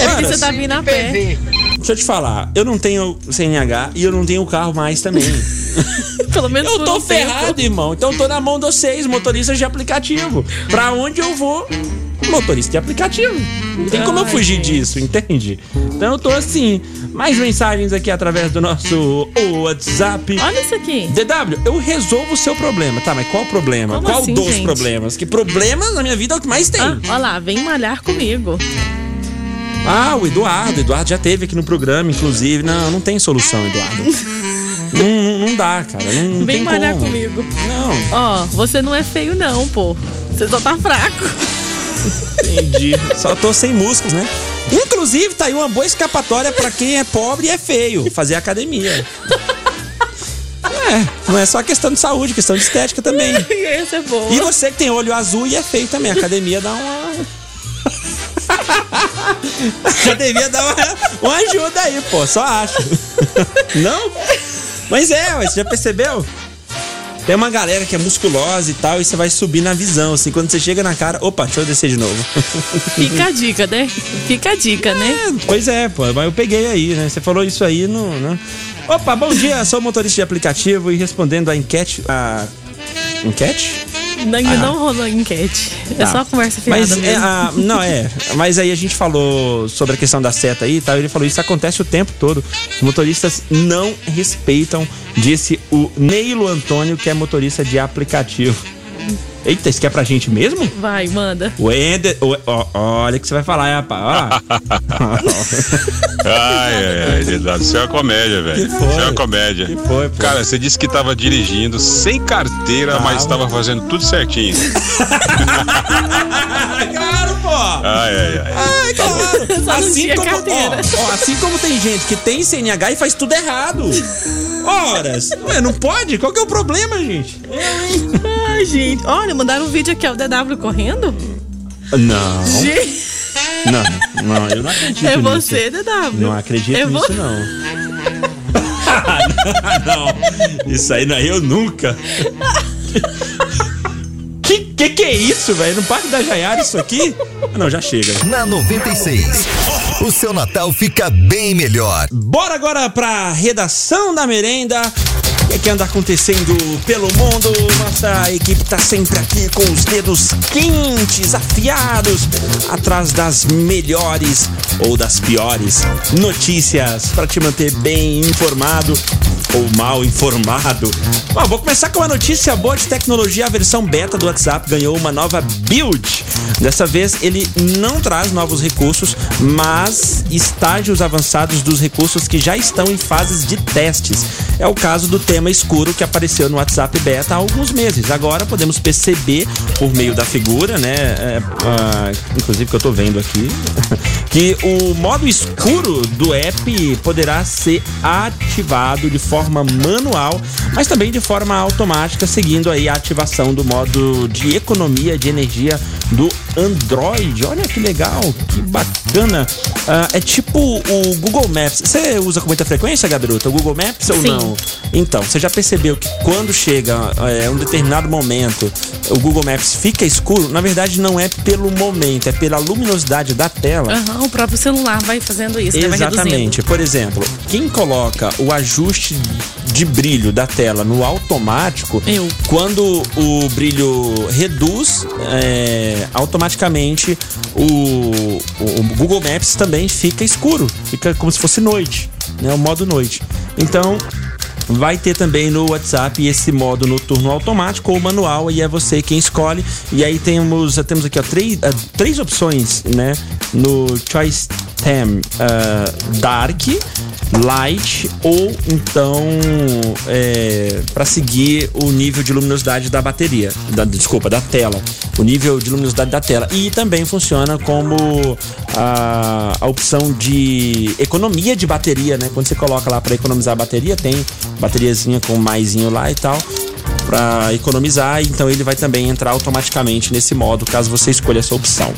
S5: É porque você tá
S8: Sim,
S5: vindo a pé.
S8: PV.
S4: Deixa eu te falar, eu não tenho CNH e eu não tenho carro mais também.
S5: Pelo menos
S4: Eu
S5: por
S4: tô
S5: um tempo.
S4: ferrado, irmão. Então eu tô na mão de vocês, motoristas de aplicativo. Pra onde eu vou, motorista de aplicativo. Não tem como eu
S5: Ai,
S4: fugir
S5: gente.
S4: disso, entende? Então eu tô assim. Mais mensagens aqui através do nosso WhatsApp.
S5: Olha isso aqui.
S4: DW, eu resolvo o seu problema. Tá, mas qual o problema?
S5: Como
S4: qual
S5: assim,
S4: dos
S5: gente?
S4: problemas? Que problemas na minha vida é o que mais tem.
S5: Ah, ó lá, vem malhar comigo.
S4: Ah, o Eduardo. Eduardo já teve aqui no programa, inclusive. Não, não tem solução, Eduardo. não, não- não dá, cara. Não, não
S5: Vem
S4: tem
S5: malhar
S4: como.
S5: comigo.
S4: Não,
S5: Ó, você não é feio, não, pô. Você só tá fraco.
S4: entendi. Só tô sem músculos, né? Inclusive, tá aí uma boa escapatória pra quem é pobre e é feio. Fazer academia. É, não é só questão de saúde, questão de estética também.
S5: Essa é boa.
S4: E você que tem olho azul e é feio também. A academia dá uma. A academia dá uma, uma ajuda aí, pô. Só acho. Não? Mas é, ué, você já percebeu? Tem uma galera que é musculosa e tal, e você vai subir na visão, assim. Quando você chega na cara, opa, deixa eu descer de novo.
S5: Fica a dica, né? Fica a dica, né?
S4: Pois é, pô, mas eu peguei aí, né? Você falou isso aí no. né? Opa, bom dia, sou motorista de aplicativo e respondendo a enquete. A. Enquete?
S5: Não, não rolou enquete. É
S4: Tá.
S5: só conversa fiada
S4: Mas é,
S5: mesmo.
S4: ah, não é. Mas aí a gente falou sobre a questão da seta aí, e tal. Ele falou isso acontece o tempo todo. Os motoristas não respeitam, disse o Neilo Antônio, que é motorista de aplicativo. Eita, isso que é pra gente mesmo?
S5: Vai, manda.
S4: O Ender. o- ó, olha o que você vai falar, hein, rapaz. Ó.
S12: Ai, ai, ai, Dedado, isso é uma comédia, velho.
S4: Que foi?
S12: Isso é uma comédia.
S4: foi,
S12: Cara, você disse que tava dirigindo sem carteira, mas estava fazendo tudo certinho.
S4: claro, pô!
S12: Ai, ai, ai.
S4: Ai, claro.
S5: Só não
S4: Assim
S5: tinha
S4: como,
S5: carteira.
S4: ó, ó, assim como tem gente que tem CNH e faz tudo errado. Horas. Ué, não pode? Qual que é o problema, gente?
S5: Ai, gente. Olha, mandaram um vídeo aqui, ó, o DW correndo.
S4: Não.
S5: Gente,
S4: Não, não, eu não acredito
S5: é
S4: nisso.
S5: você, DW.
S4: Não acredito
S5: é
S4: nisso,
S5: você.
S4: não. Ah, não. Isso aí não, é eu nunca. Que que, que é isso, velho? No Parque da Jaiara isso aqui? Ah, Não, já chega.
S1: Na 96, o seu Natal fica bem melhor.
S4: Bora agora pra redação da merenda. O que é que anda acontecendo pelo mundo? Nossa equipe tá sempre aqui com os dedos quentes, afiados, atrás das melhores ou das piores notícias pra te manter bem informado ou mal informado. Bom, vou começar com uma notícia boa de tecnologia. A versão beta do WhatsApp ganhou uma nova build. Dessa vez ele não traz novos recursos, mas estágios avançados dos recursos que já estão em fases de testes. É o caso do tema escuro que apareceu no WhatsApp Beta há alguns meses. Agora podemos perceber por meio da figura, né? é, ah, inclusive que eu tô vendo aqui, que o modo escuro do app poderá ser ativado de forma manual, mas também de forma automática, seguindo aí a ativação do modo de economia de energia do Android. Olha que legal, que bacana. Ah, é tipo o Google Maps. Você usa com muita frequência, Gabiruta, o Google Maps ou
S13: Sim.
S4: não? Então, você já percebeu que quando chega é, um determinado momento, o Google Maps fica escuro? Na verdade, não é pelo momento, é pela luminosidade da tela.
S5: Aham, o próprio celular vai fazendo isso, né? Vai reduzindo.
S4: Exatamente. Por exemplo, quem coloca o ajuste de brilho da tela no automático,
S5: Eu.
S4: quando o brilho reduz, é, automaticamente o, o- o Google Maps também fica escuro, fica como se fosse noite, né? O modo noite. Então. Vai ter também no WhatsApp esse modo noturno automático ou manual, e é você quem escolhe. E aí temos, temos aqui ó, três, ah, três opções, né? No Choice Tem ah, Dark, light ou então é, para seguir o nível de luminosidade da bateria, da, desculpa, da tela, o nível de luminosidade da tela e também funciona como a, a opção de economia de bateria, né? Quando você coloca lá para economizar a bateria, tem bateriazinha com maisinho lá e tal para economizar, então ele vai também entrar automaticamente nesse modo caso você escolha essa opção.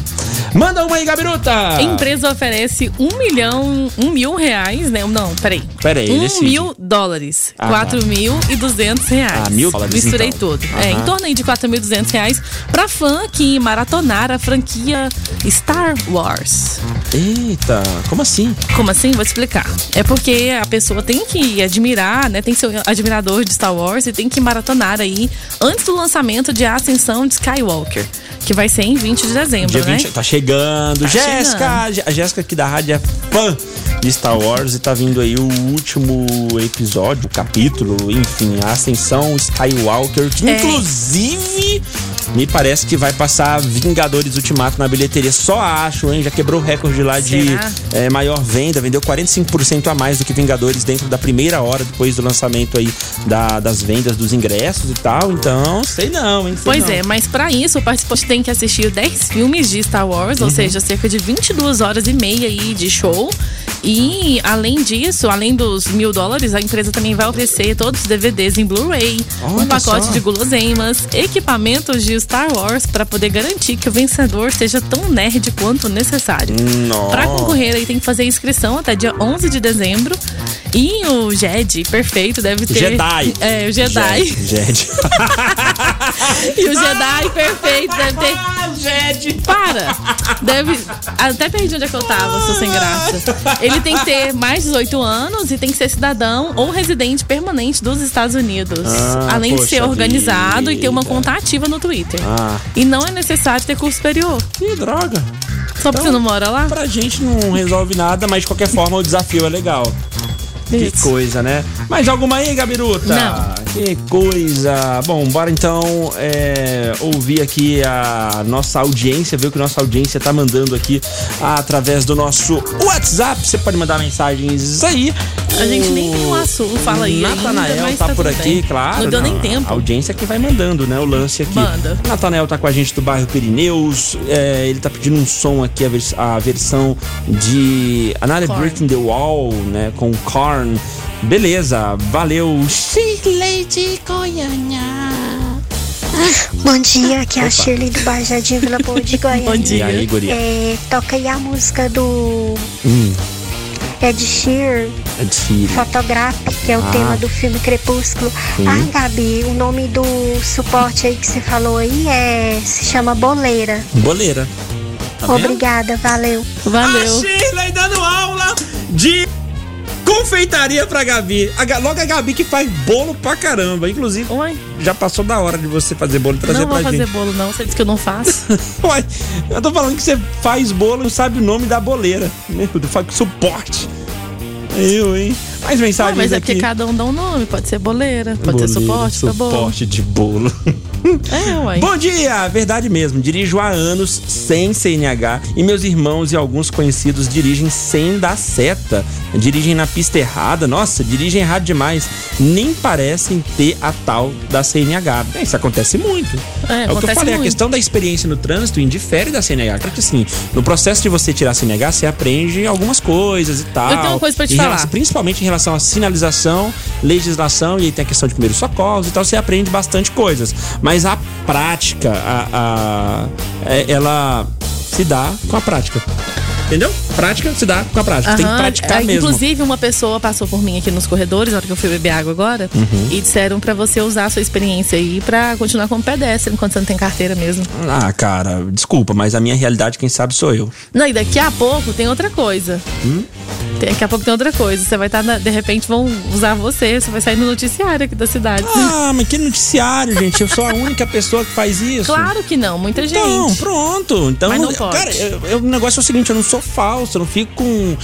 S4: Manda uma aí, Gabiruta.
S5: Empresa oferece um milhão, um mil reais, né? Não, peraí.
S4: Peraí,
S5: um
S4: decide.
S5: mil dólares.
S4: Ah,
S5: quatro
S4: tá.
S5: mil e duzentos reais.
S4: Ah, mil dólares,
S5: Misturei
S4: então.
S5: tudo. É,
S4: Aham.
S5: em torno aí de quatro mil e duzentos reais pra fã que maratonar a franquia Star Wars.
S4: Eita, como assim?
S5: Como assim? Vou te explicar. É porque a pessoa tem que admirar, né? Tem que ser um admirador de Star Wars e tem que maratonar aí antes do lançamento de A Ascensão de Skywalker, que vai ser em 20 de dezembro,
S4: Dia
S5: né?
S4: 20, tá chegando.
S5: Tá
S4: Jéssica! A Jéssica aqui da rádio é fã de Star Wars e tá vindo aí o último episódio, o capítulo, enfim, a Ascensão Skywalker, que
S13: É.
S4: inclusive me parece que vai passar Vingadores Ultimato na bilheteria. Só acho, hein? Já quebrou o recorde lá de
S13: Será?
S4: é, maior venda, vendeu 45% a mais do que Vingadores dentro da primeira hora depois do lançamento aí da- das vendas dos ingressos e tal. Então, sei não, hein? sei
S5: Pois
S4: não.
S5: é, mas pra isso o participante tem que assistir 10 filmes de Star Wars, ou seja, cerca de 22 horas e meia aí de show. E além disso, além dos mil dólares, a empresa também vai oferecer todos os DVDs em Blu-ray, um
S14: Olha
S5: pacote
S14: só.
S5: de guloseimas, equipamentos de Star Wars pra poder garantir que o vencedor seja tão nerd quanto necessário.
S4: Nossa.
S5: Pra concorrer aí tem que fazer inscrição até dia 11 de dezembro. E o Jedi perfeito deve ter
S4: Jedi.
S5: É, o Jedi.
S4: Jedi.
S5: E o Jedi perfeito deve ter.
S4: Ah,
S5: Jedi! Para! Deve. Até perdi onde é que eu tava, sou sem graça. Ele tem que ter mais de 18 anos e tem que ser cidadão ou residente permanente dos Estados Unidos.
S14: Ah,
S5: Além de ser
S14: poxa
S5: organizado e ter uma conta ativa no Twitter.
S4: Ah.
S5: E não é necessário ter curso superior.
S4: Que droga!
S5: Só porque você não mora lá?
S4: Pra gente não resolve nada, mas de qualquer forma o desafio é legal. Que
S5: Isso.
S4: coisa, né? Mais alguma aí, Gabiruta?
S5: Não.
S4: Que coisa! Bom, bora então é, ouvir aqui a nossa audiência, ver o que nossa audiência tá mandando aqui através do nosso WhatsApp. Você pode mandar mensagens aí.
S5: A gente nem tem um assunto, fala aí. ainda,
S4: Natanael
S5: mas
S4: tá, por
S5: tudo
S4: aqui,
S5: bem.
S4: claro.
S5: Não deu nem
S4: A
S5: tempo.
S4: audiência que vai mandando, né? O lance aqui.
S5: Manda.
S4: Natanael tá com a gente do bairro Pirineus. é, ele tá pedindo um som aqui, a, vers- a versão de Another
S13: Korn.
S4: Brick in the Wall, né? Com Korn. Beleza, valeu.
S13: Shirley de Goiânia.
S14: Bom dia, aqui é a
S4: Opa.
S14: Shirley do Bar Jardim Vila Boa de Goiânia.
S4: Bom dia. E aí, guria?
S14: É, toca aí a música do
S4: Hum,
S14: Ed Sheeran,
S4: é difícil.
S14: Photograph, que é o
S4: Ah.
S14: tema do filme Crepúsculo.
S4: Sim.
S14: Ah, Gabi, o nome do suporte aí que você falou aí é se chama Boleira.
S4: Boleira. Tá vendo?
S14: Obrigada, valeu.
S4: A Shirley dando aula de confeitaria pra Gabi. A, Ga- logo é a Gabi que faz bolo pra caramba. Inclusive, já passou da hora de você fazer bolo e trazer
S5: não
S4: pra
S5: vou
S4: gente.
S5: fazer bolo, não. Você disse que eu não faço.
S4: Uai, eu tô falando que você faz bolo e sabe o nome da boleira. Meu Deus, faz suporte. Eu, hein? Mais
S5: Ah,
S4: mensagens
S5: mas é
S4: aqui.
S5: porque cada um dá um nome. Pode ser boleira, pode
S4: Boleira,
S5: ser suporte, tá bom.
S4: Suporte de bolo.
S5: É, uai.
S4: Bom dia, verdade mesmo. Dirijo há anos sem CNH e meus irmãos e alguns conhecidos dirigem sem dar seta. Dirigem na pista errada. Nossa, dirigem errado demais. Nem parecem ter a tal da CNH. É, Isso acontece muito.
S5: É,
S4: o que eu
S5: acontece
S4: falei, a
S5: muito.
S4: questão da experiência no trânsito indifere da CNH. Claro que assim, no processo de você tirar a CNH, você aprende algumas coisas e tal.
S5: Eu tenho uma coisa pra te
S4: Ah, Em
S5: falar.
S4: relação- principalmente em relação à sinalização, legislação e aí tem a questão de primeiros socorros e tal, você aprende bastante coisas. Mas a prática, a, a- é- ela se dá com a prática. Entendeu? Prática se dá com a prática. tem que
S5: Aham,
S4: praticar
S5: é,
S4: mesmo.
S5: Inclusive, uma pessoa passou por mim aqui nos corredores, na hora que eu fui beber água agora,
S4: Uhum.
S5: e disseram pra você usar a sua experiência aí pra continuar como pedestre, enquanto você não tem carteira mesmo.
S4: Ah, cara, desculpa, mas a minha realidade, quem sabe, sou eu.
S5: Não, e daqui a pouco tem outra coisa.
S4: Hum?
S5: Tem- Daqui a pouco tem outra coisa. Você vai estar, de repente, vão usar você, você vai sair no noticiário aqui da cidade.
S4: Ah, mas que noticiário, gente? Eu sou a única pessoa que faz isso.
S5: Claro que não, muita gente.
S4: Então, pronto. Então,
S5: Mas não pode.
S4: cara, eu- eu- o negócio é o seguinte: eu não sou falso, eu não fico com,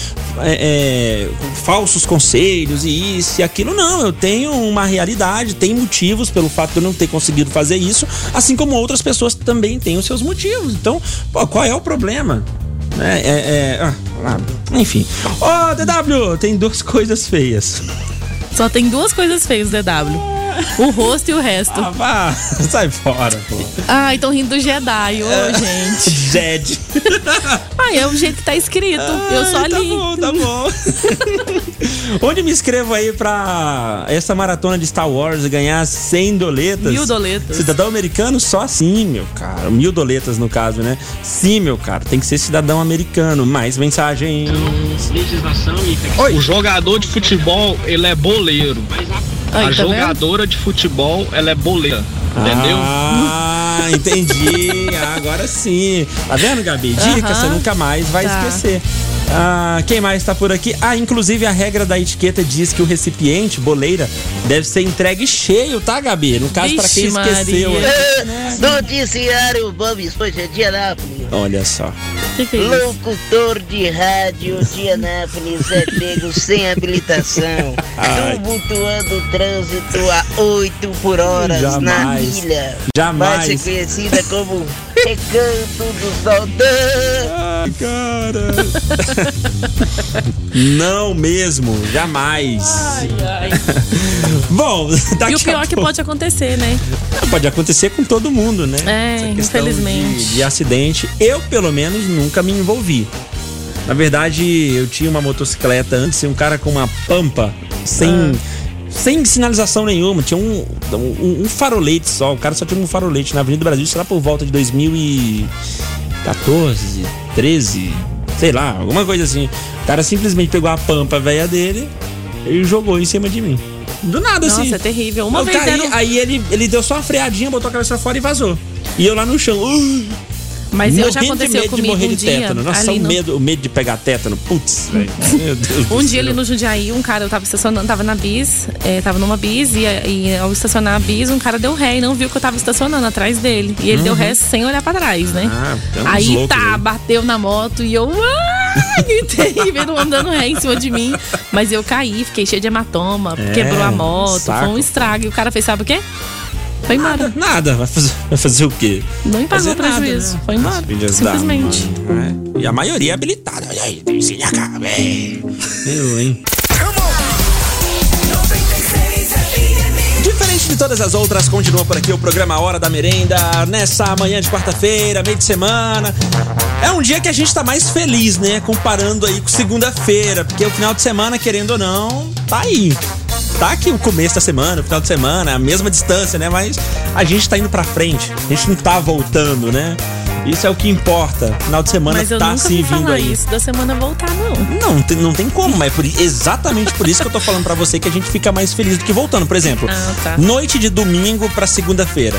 S4: é, é, com falsos conselhos e isso e aquilo. Não, eu tenho uma realidade, tem motivos pelo fato de eu não ter conseguido fazer isso, assim como outras pessoas também têm os seus motivos. Então, pô, qual é o problema? Né? É, é, ah, ah, enfim. Ô, DW, tem duas coisas feias.
S5: Só tem duas coisas feias, DW. O rosto e o resto.
S4: Ah, vá, sai fora, pô.
S5: Ai, tão rindo do Jedi, ô,
S4: É.
S5: gente.
S4: Zed.
S5: Ai, é o jeito que tá escrito. eu só li. Tá bom,
S4: tá bom. Onde me inscrevo aí pra essa maratona de Star Wars e ganhar 100 doletas?
S5: Mil doletas.
S4: Cidadão americano só sim, meu cara. Mil doletas no caso, né? Sim, meu cara. Tem que ser cidadão americano. Mais mensagens.
S15: O jogador de futebol, ele é boleiro.
S4: Aí,
S15: a
S4: tá
S15: jogadora de futebol, ela é boleira. Entendeu?
S4: Ah, entendi. Ah, Agora sim. Tá vendo, Gabi? Dica,
S15: Aham.
S4: você nunca mais vai
S15: Tá.
S4: esquecer. Ah, quem mais tá por aqui? Ah, inclusive a regra da etiqueta diz que o recipiente, boleira, deve ser entregue cheio, tá, Gabi? No caso, pra quem esqueceu. né?
S16: Noticiário é Bob Esponja de Anápolis.
S4: Olha só.
S16: Locutor de rádio de Anápolis é pego sem habilitação,
S4: Ai.
S16: tumultuando o trânsito a 8 por hora na
S4: Jamais.
S16: milha.
S4: Jamais.
S16: Vai ser conhecida como Recanto do Soldão.
S4: Ai, cara. Não mesmo, jamais. Bom, tá daqui
S5: E o pior é
S4: a
S5: que
S4: pouco-
S5: pode acontecer, né?
S4: Pode acontecer com todo mundo, né?
S5: É,
S4: questão
S5: infelizmente.
S4: De, de acidente. Eu, pelo menos, nunca me envolvi. Na verdade, eu tinha uma motocicleta antes e um cara com uma pampa sem.
S5: Ah.
S4: Sem sinalização nenhuma, tinha um, um, um farolete só. O cara só tinha um farolete na Avenida do Brasil, sei lá por volta de 2014, 13, sei lá, alguma coisa assim. O cara simplesmente pegou a pampa velha dele e jogou em cima de mim. Do nada,
S5: Nossa,
S4: assim.
S5: é terrível. Uma
S4: Eu
S5: vez
S4: caí,
S5: era um-
S4: Aí ele, ele deu só uma freadinha, botou a cabeça fora e vazou. E eu lá no chão. uh,
S5: Mas eu já
S4: morrendo de
S5: aconteceu
S4: medo de
S5: comigo
S4: morrer
S5: um
S4: de
S5: dia,
S4: tétano. Nossa,
S5: ali
S4: o
S5: no-
S4: medo, o medo de pegar tétano. Putz, velho. Meu Deus. do
S5: Um dia
S4: céu.
S5: ali no Jundiaí, um cara, eu tava estacionando, tava na bis, eh, tava numa bis, e, e ao estacionar a bis, um cara deu ré e não viu que eu tava estacionando atrás dele. E ele
S4: Uhum.
S5: deu ré sem olhar pra trás, né?
S4: Ah, tem uns
S5: aí
S4: loucos
S5: tá,
S4: aí.
S5: bateu na moto e eu. "Ah!" Ai, gritei, vendo um andando ré em cima de mim. Mas eu caí, fiquei cheia de hematoma,
S4: É,
S5: quebrou a moto,
S4: saco.
S5: foi um estrago. E o cara fez, sabe o quê? Foi embora.
S4: Nada, vai fazer, vai fazer o quê?
S5: Não me pagou
S4: Fazer nada, né?
S5: prejuízo. Foi embora.
S4: Filhas da
S5: Simplesmente.
S4: mãe, né? E a maioria é habilitada. Olha aí, tem sim, acaba, é. Eu, hein? Diferente de todas as outras, continua por aqui o programa Hora da Merenda, nessa manhã de quarta-feira, meio de semana. É um dia que a gente tá mais feliz, né? Comparando aí com segunda-feira, porque o final de semana, querendo ou não, tá aí. Tá aqui o começo da semana, o final de semana, a mesma distância, né? Mas a gente tá indo pra frente, a gente não tá voltando, né? Isso é o que importa. Final de semana
S5: Mas eu
S4: tá
S5: nunca
S4: sim
S5: vou
S4: vindo
S5: falar
S4: aí.
S5: isso da semana voltar, não.
S4: Não, tem- não tem como, mas é por, exatamente por isso que eu tô falando pra você que a gente fica mais feliz do que voltando. Por exemplo,
S5: Ah, tá.
S4: noite de domingo pra segunda-feira.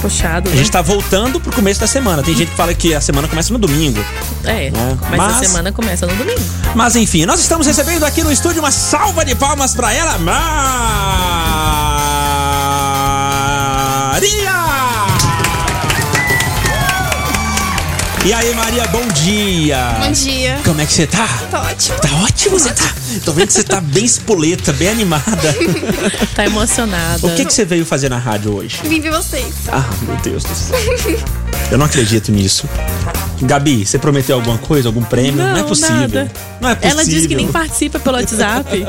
S5: Puxado, né?
S4: A gente tá voltando pro começo da semana. Tem gente que fala que a semana começa no domingo.
S5: É,
S4: Né?
S5: mas, a
S4: Mas-
S5: semana começa no domingo.
S4: Mas enfim, nós estamos recebendo aqui no estúdio uma salva de palmas pra ela, Maria! E aí, Maria, bom dia!
S17: Bom dia.
S4: Como é que você tá?
S17: Tá ótimo.
S4: Tá ótimo, você tá? Tô vendo que você tá bem espoleta, bem animada.
S5: Tá emocionada.
S4: O que, que você veio fazer na rádio hoje?
S17: Vim ver vocês.
S4: Ah, meu Deus do céu. Eu não acredito nisso. Gabi, você prometeu alguma coisa, algum prêmio? Não, é possível.
S5: nada.
S4: Não é possível.
S5: Ela disse que nem participa pelo WhatsApp.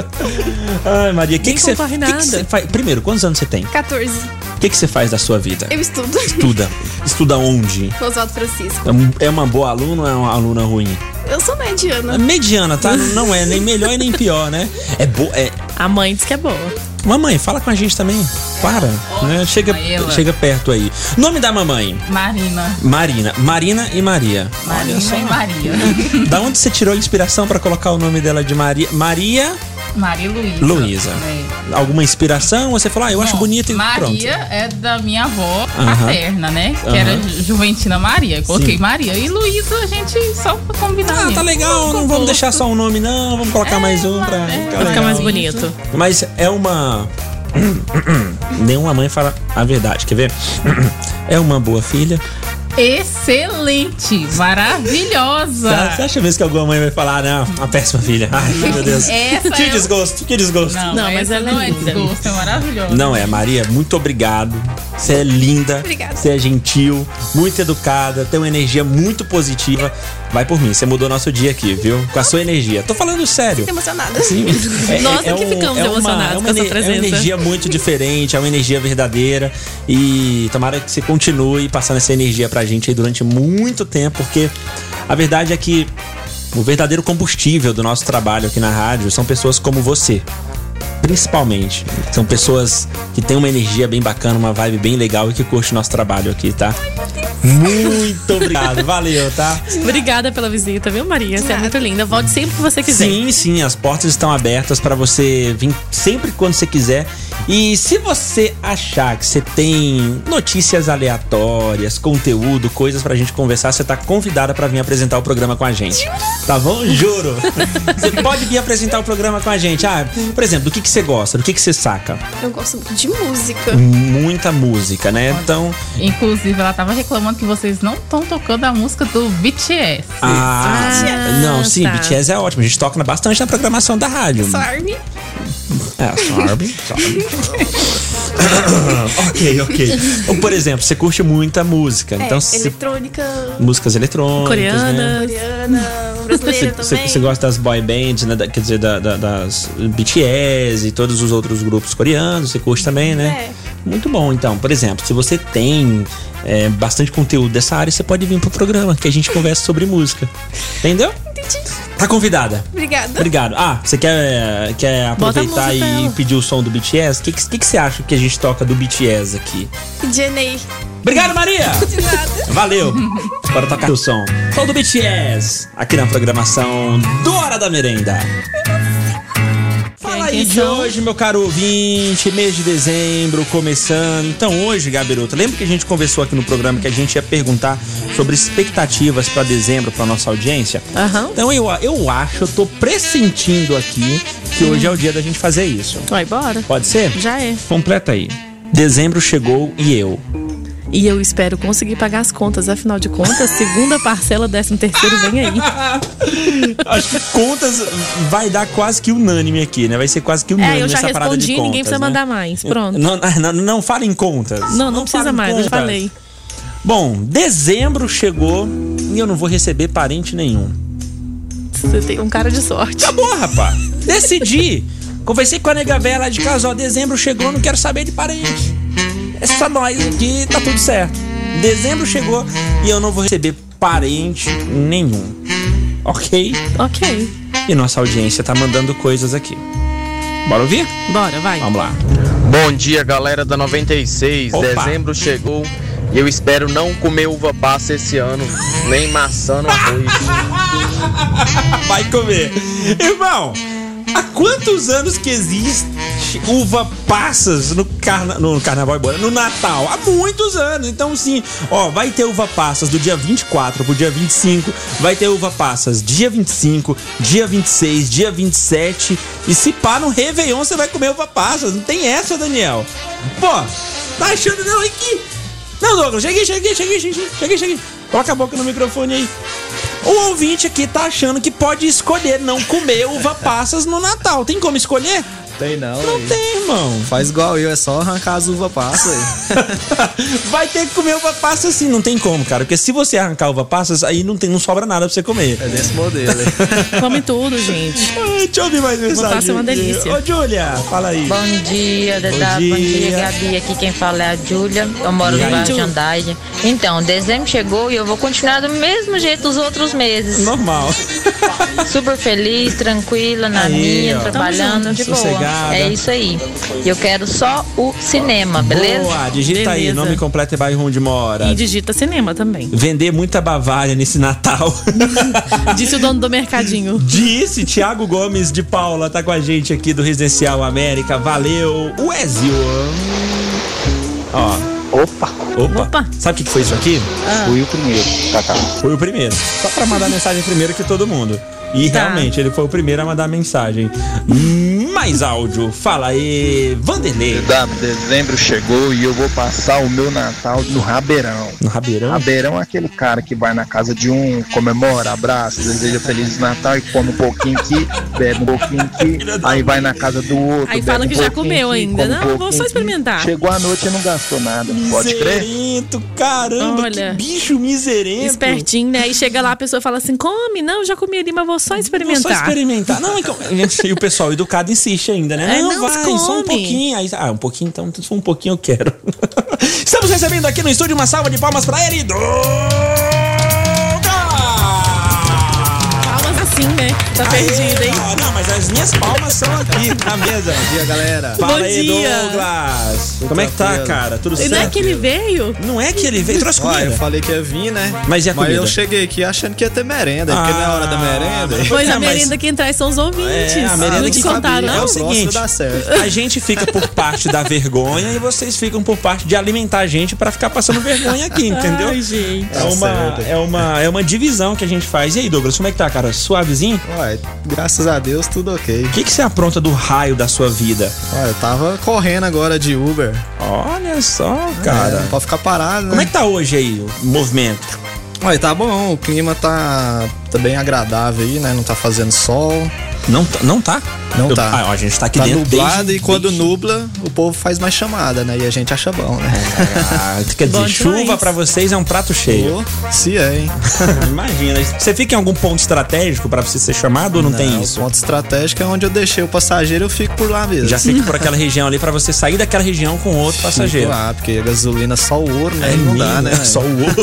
S4: Ai, Maria, o que,
S5: Nem
S4: que você
S5: concorre
S4: que que
S5: nada.
S4: você faz? Primeiro, quantos anos você tem?
S17: 14.
S4: O que, que você faz da sua vida?
S17: Eu estudo.
S4: Estuda. Estuda onde?
S17: Com Oswaldo Francisco.
S4: É um- É uma boa aluna ou é uma aluna ruim?
S17: Eu sou mediana.
S4: Mediana, tá? Não é nem melhor e nem pior, né? É boa. É...
S5: A mãe diz que é boa.
S4: Mamãe, fala com a gente também. Para. né? Chega,
S18: ela.
S4: chega perto aí. Nome da mamãe?
S18: Marina.
S4: Marina. Marina e Maria.
S18: Marina e Maria.
S4: Da onde você tirou a inspiração pra colocar o nome dela de Maria? Maria
S18: Maria e Luísa.
S4: Luísa.
S18: É.
S4: Alguma inspiração? Ou Você falou, ah, eu acho
S18: Bom,
S4: bonita e pronto.
S18: Maria é da minha avó
S4: Aham.
S18: paterna, né? Que
S4: Aham.
S18: era Ju- Juventina Maria. Eu Coloquei
S4: Sim.
S18: Maria. E Luísa, a gente só pra combinar.
S4: Ah, tá
S18: mesmo.
S4: legal, não vamos deixar só um nome, não. Vamos colocar mais um pra
S5: Pra ficar
S4: legal.
S5: mais bonito.
S4: Mas é uma. Nenhuma mãe fala a verdade, quer ver? É uma boa filha.
S18: Excelente.
S5: Ah.
S18: Maravilhosa.
S4: Você acha mesmo que alguma mãe vai falar, "Ah, não, uma péssima filha? Ai, meu Deus.
S18: Essa
S4: que
S18: é-
S4: desgosto, que desgosto.
S18: Não, mas ela não é desgosto, é maravilhosa.
S4: Não é, Maria, muito obrigado. Você é linda,
S18: Obrigada.
S4: você é gentil, muito educada, tem uma energia muito positiva. Vai por mim, você mudou nosso dia aqui, viu? Com a sua energia. Tô falando sério.
S17: Fiquei emocionada.
S4: Sim.
S5: Nós é que ficamos emocionados
S4: é
S5: com essa
S4: ener- É
S5: presença.
S4: uma energia muito diferente, é uma energia verdadeira. E tomara que você continue passando essa energia pra gente aí durante muito tempo, porque a verdade é que o verdadeiro combustível do nosso trabalho aqui na rádio são pessoas como você. Principalmente. São pessoas que têm uma energia bem bacana, uma vibe bem legal e que curte o nosso trabalho aqui, tá? Muito obrigado, valeu, tá?
S5: Obrigada pela visita, viu, Maria? Você é muito linda. Volte sempre que você quiser.
S4: Sim, sim, as portas estão abertas pra você vir sempre quando você quiser. E se você achar que você tem notícias aleatórias, conteúdo, coisas pra gente conversar, você tá convidada pra vir apresentar o programa com a gente. Tá bom? Juro. você pode vir apresentar o programa com a gente. Ah, por exemplo, do que, que você gosta? Do que, que você saca?
S17: Eu gosto muito de música.
S4: Muita música, né? Então.
S18: Inclusive, ela tava reclamando que vocês não estão tocando a música do BTS.
S4: Ah, não, sim,
S18: tá.
S4: BTS é ótimo. A gente toca bastante na programação da rádio.
S17: Sorry.
S4: É, sorry, sorry. ok, ok. Ou, por exemplo, você curte muita música.
S17: É,
S4: então, se-
S17: eletrônica,
S4: músicas eletrônicas. Né?
S17: coreana, brasileira
S4: Você- Você
S17: também.
S4: você gosta das boy bands, né? Da- quer dizer, da- da- das BTS e todos os outros grupos coreanos, você curte também, né?
S17: É.
S4: Muito bom, então. Por exemplo, se você tem é, bastante conteúdo dessa área, você pode vir pro programa, que a gente conversa sobre música. Entendeu? Tá convidada.
S17: Obrigada.
S4: Obrigado. Ah, você quer, quer
S17: Bota a
S4: aproveitar
S17: música
S4: e
S17: dela.
S4: pedir o som do BTS? O que, que, que você acha que a gente toca do BTS aqui?
S17: Jenny.
S4: Obrigado, Maria!
S17: De nada.
S4: Valeu! Bora tocar o som. Som do BTS, aqui na programação do Hora da Merenda. Fala aí de hoje, meu caro ouvinte, mês de dezembro começando. Então hoje, Gabiroto, lembra que a gente conversou aqui no programa que a gente ia perguntar sobre expectativas pra dezembro pra nossa audiência? Então eu, eu acho, eu tô pressentindo aqui que hoje é o dia da gente fazer isso.
S5: Vai embora.
S4: Pode ser?
S5: Já é.
S4: Completa aí. Dezembro chegou e eu.
S5: E eu espero conseguir pagar as contas. Afinal de contas, segunda parcela, décimo terceiro vem aí.
S4: Acho que contas vai dar quase que unânime aqui, né? Vai ser quase que unânime
S5: É, eu já
S4: essa parada de
S5: respondi, ninguém precisa
S4: contas, né?
S5: mandar mais. Pronto.
S4: Não, não, não fala em contas.
S5: Não, não, precisa
S4: fala em
S5: mais, eu já
S4: contas.
S5: falei.
S4: Bom, dezembro chegou e eu não vou receber parente nenhum.
S5: Você tem um cara de sorte.
S4: Acabou, rapaz. Decidi. Conversei com a nega velha lá de casa, ó, dezembro chegou, não quero saber de parente. É só nós aqui, tá tudo certo. Dezembro chegou e eu não vou receber parente nenhum. Ok?
S5: Ok.
S4: E nossa audiência tá mandando coisas aqui. Bora ouvir?
S5: Bora, vai.
S4: Vamos lá.
S19: Bom dia, galera da 96.
S4: Opa.
S19: Dezembro chegou e eu espero não comer uva passa esse ano, nem maçã no arroz.
S4: Vai comer. Irmão, há quantos anos que existe uva passas no, carna... no carnaval e bora? No Natal? Há muitos anos. Então, sim, ó, vai ter uva passas do dia 24 pro dia 25. Vai ter uva passas dia 25, dia 26, dia 27. E se pá no Réveillon, você vai comer uva passas. Não tem essa, Daniel. Pô, tá achando não aqui? Não, Douglas, cheguei, cheguei, cheguei, cheguei, cheguei, cheguei. Coloca a boca no microfone aí. O ouvinte aqui tá achando que pode escolher não comer uva passas no Natal. Tem como escolher?
S20: Tem não.
S4: Não tem, irmão.
S20: Faz igual eu, é só arrancar as uvas passa aí.
S4: Vai ter que comer uva passa assim, não tem como, cara. Porque se você arrancar uva passas, aí não, tem, não sobra nada pra você comer. É
S20: desse modelo.
S5: Come tudo, gente.
S4: Deixa eu ouvir mais
S5: Uva
S4: mensagem.
S5: passa é uma delícia.
S4: Ô, Júlia, fala aí.
S21: Bom dia, Dedá.
S4: Bom
S21: Bom dia.
S4: dia.
S21: Gabi. Aqui quem fala é a Júlia. Eu moro
S4: E
S21: no
S4: aí,
S21: bairro de
S4: Júlia?
S21: Andrade. Então, dezembro chegou e eu vou continuar do mesmo jeito dos outros meses.
S4: Normal.
S21: Super feliz, tranquila, na
S4: Aí,
S21: minha,
S4: ó.
S21: trabalhando de boa.
S4: Sossegada.
S21: É isso aí. E eu quero só o cinema, beleza?
S4: Boa, digita aí,
S21: Beleza.
S4: nome completo e bairro onde mora.
S5: E digita cinema também.
S4: Vender muita Bavária nesse Natal.
S5: Disse o dono do mercadinho.
S4: Disse Thiago Gomes de Paula, tá com a gente aqui do Residencial América. Valeu, Weslio. Ó. Opa. Opa. Sabe o que que foi isso aqui?
S5: Ah.
S4: Fui o primeiro, Cacá. Foi o primeiro. Só pra mandar mensagem primeiro que todo mundo. E
S5: Tá.
S4: realmente, ele foi o primeiro a mandar mensagem. Mais áudio. Fala aí, Vanderlei.
S10: Dezembro chegou e eu vou passar o meu Natal no Rabeirão.
S4: No Rabeirão?
S10: Rabeirão é aquele cara que vai na casa de um, comemora, abraça, deseja Feliz Natal e come um pouquinho aqui, bebe um pouquinho aqui, aí vai na casa do outro.
S5: Aí
S10: bebe
S5: fala
S10: um
S5: que já
S10: pouquinho
S5: comeu
S10: aqui,
S5: ainda.
S10: come um
S5: Não, vou só
S10: pouquinho
S5: experimentar.
S10: aqui. Chegou a noite e não gastou nada, pode crer?
S4: Miserento, caramba,
S5: Olha,
S4: que bicho miserento.
S5: Espertinho, né? E chega lá, a pessoa fala assim: come, não, já comi ali, mas vou só experimentar.
S4: Vou só experimentar. Não, é que eu- e o pessoal educado insiste ainda, né?
S5: É,
S4: Não,
S5: não,
S4: vai, só um
S5: come.
S4: pouquinho. Aí, ah, um pouquinho então, se for um pouquinho eu quero. Estamos recebendo aqui no estúdio uma salva de palmas pra ele.
S5: Palmas assim, né? Tá
S4: Aê,
S5: perdido, hein?
S4: ó, Não, mas as minhas palmas são aqui na mesa. Bom dia, galera. Fala
S5: Bom
S4: aí,
S5: dia.
S4: Douglas. Como é que tá,
S20: tranquilo.
S4: cara? Tudo
S5: E
S4: certo?
S5: não é que ele veio?
S4: Não é que ele veio, trouxe
S20: Uai,
S4: comida.
S20: eu falei que ia vir, né?
S4: Mas e a comida? Ah,
S20: eu cheguei aqui achando que ia ter merenda, porque não é hora da
S22: Ah,
S20: merenda.
S5: Pois
S20: é,
S5: a merenda quem traz são os ouvintes.
S4: É, a merenda
S5: não
S4: que
S5: descontaram,
S4: cabia. É
S5: não?
S4: o seguinte,
S20: dá certo.
S4: a gente fica por parte da vergonha e vocês ficam por parte de alimentar a gente pra ficar passando vergonha aqui, entendeu?
S5: Ai, gente.
S4: É uma, é, uma, é uma divisão que a gente faz. E aí, Douglas, como é que tá, cara? Suavezinho?
S20: Uai, graças a Deus, tudo ok.
S4: O que, que você apronta do raio da sua vida?
S20: Olha, eu tava correndo agora de Uber.
S4: Olha só, cara.
S20: É, não pode ficar parado, né?
S4: Como é que tá hoje aí o movimento?
S20: Olha, tá bom, o clima tá, tá bem agradável aí, né? Não tá fazendo sol.
S4: Não, tá- não tá?
S20: Não
S4: Eu-
S20: tá.
S4: Ah, ó, a gente tá aqui
S20: tá
S4: dentro
S20: nublado
S4: desde-
S20: e quando nubla, o povo faz mais chamada, né? E a gente acha bom, né?
S4: Ah, quer dizer,
S20: Bom demais.
S4: chuva pra vocês é um prato cheio.
S20: Se é, hein?
S4: Imagina. Você fica em algum ponto estratégico pra você ser chamado ou não, tem isso?
S20: O ponto estratégico é onde eu deixei o passageiro, eu fico por lá mesmo.
S4: Já fica por aquela região ali pra você sair daquela região com outro passageiro.
S20: Ah, porque a gasolina é só o ouro, né?
S4: É
S20: não dá,
S4: mesmo,
S20: né?
S4: é só o ouro.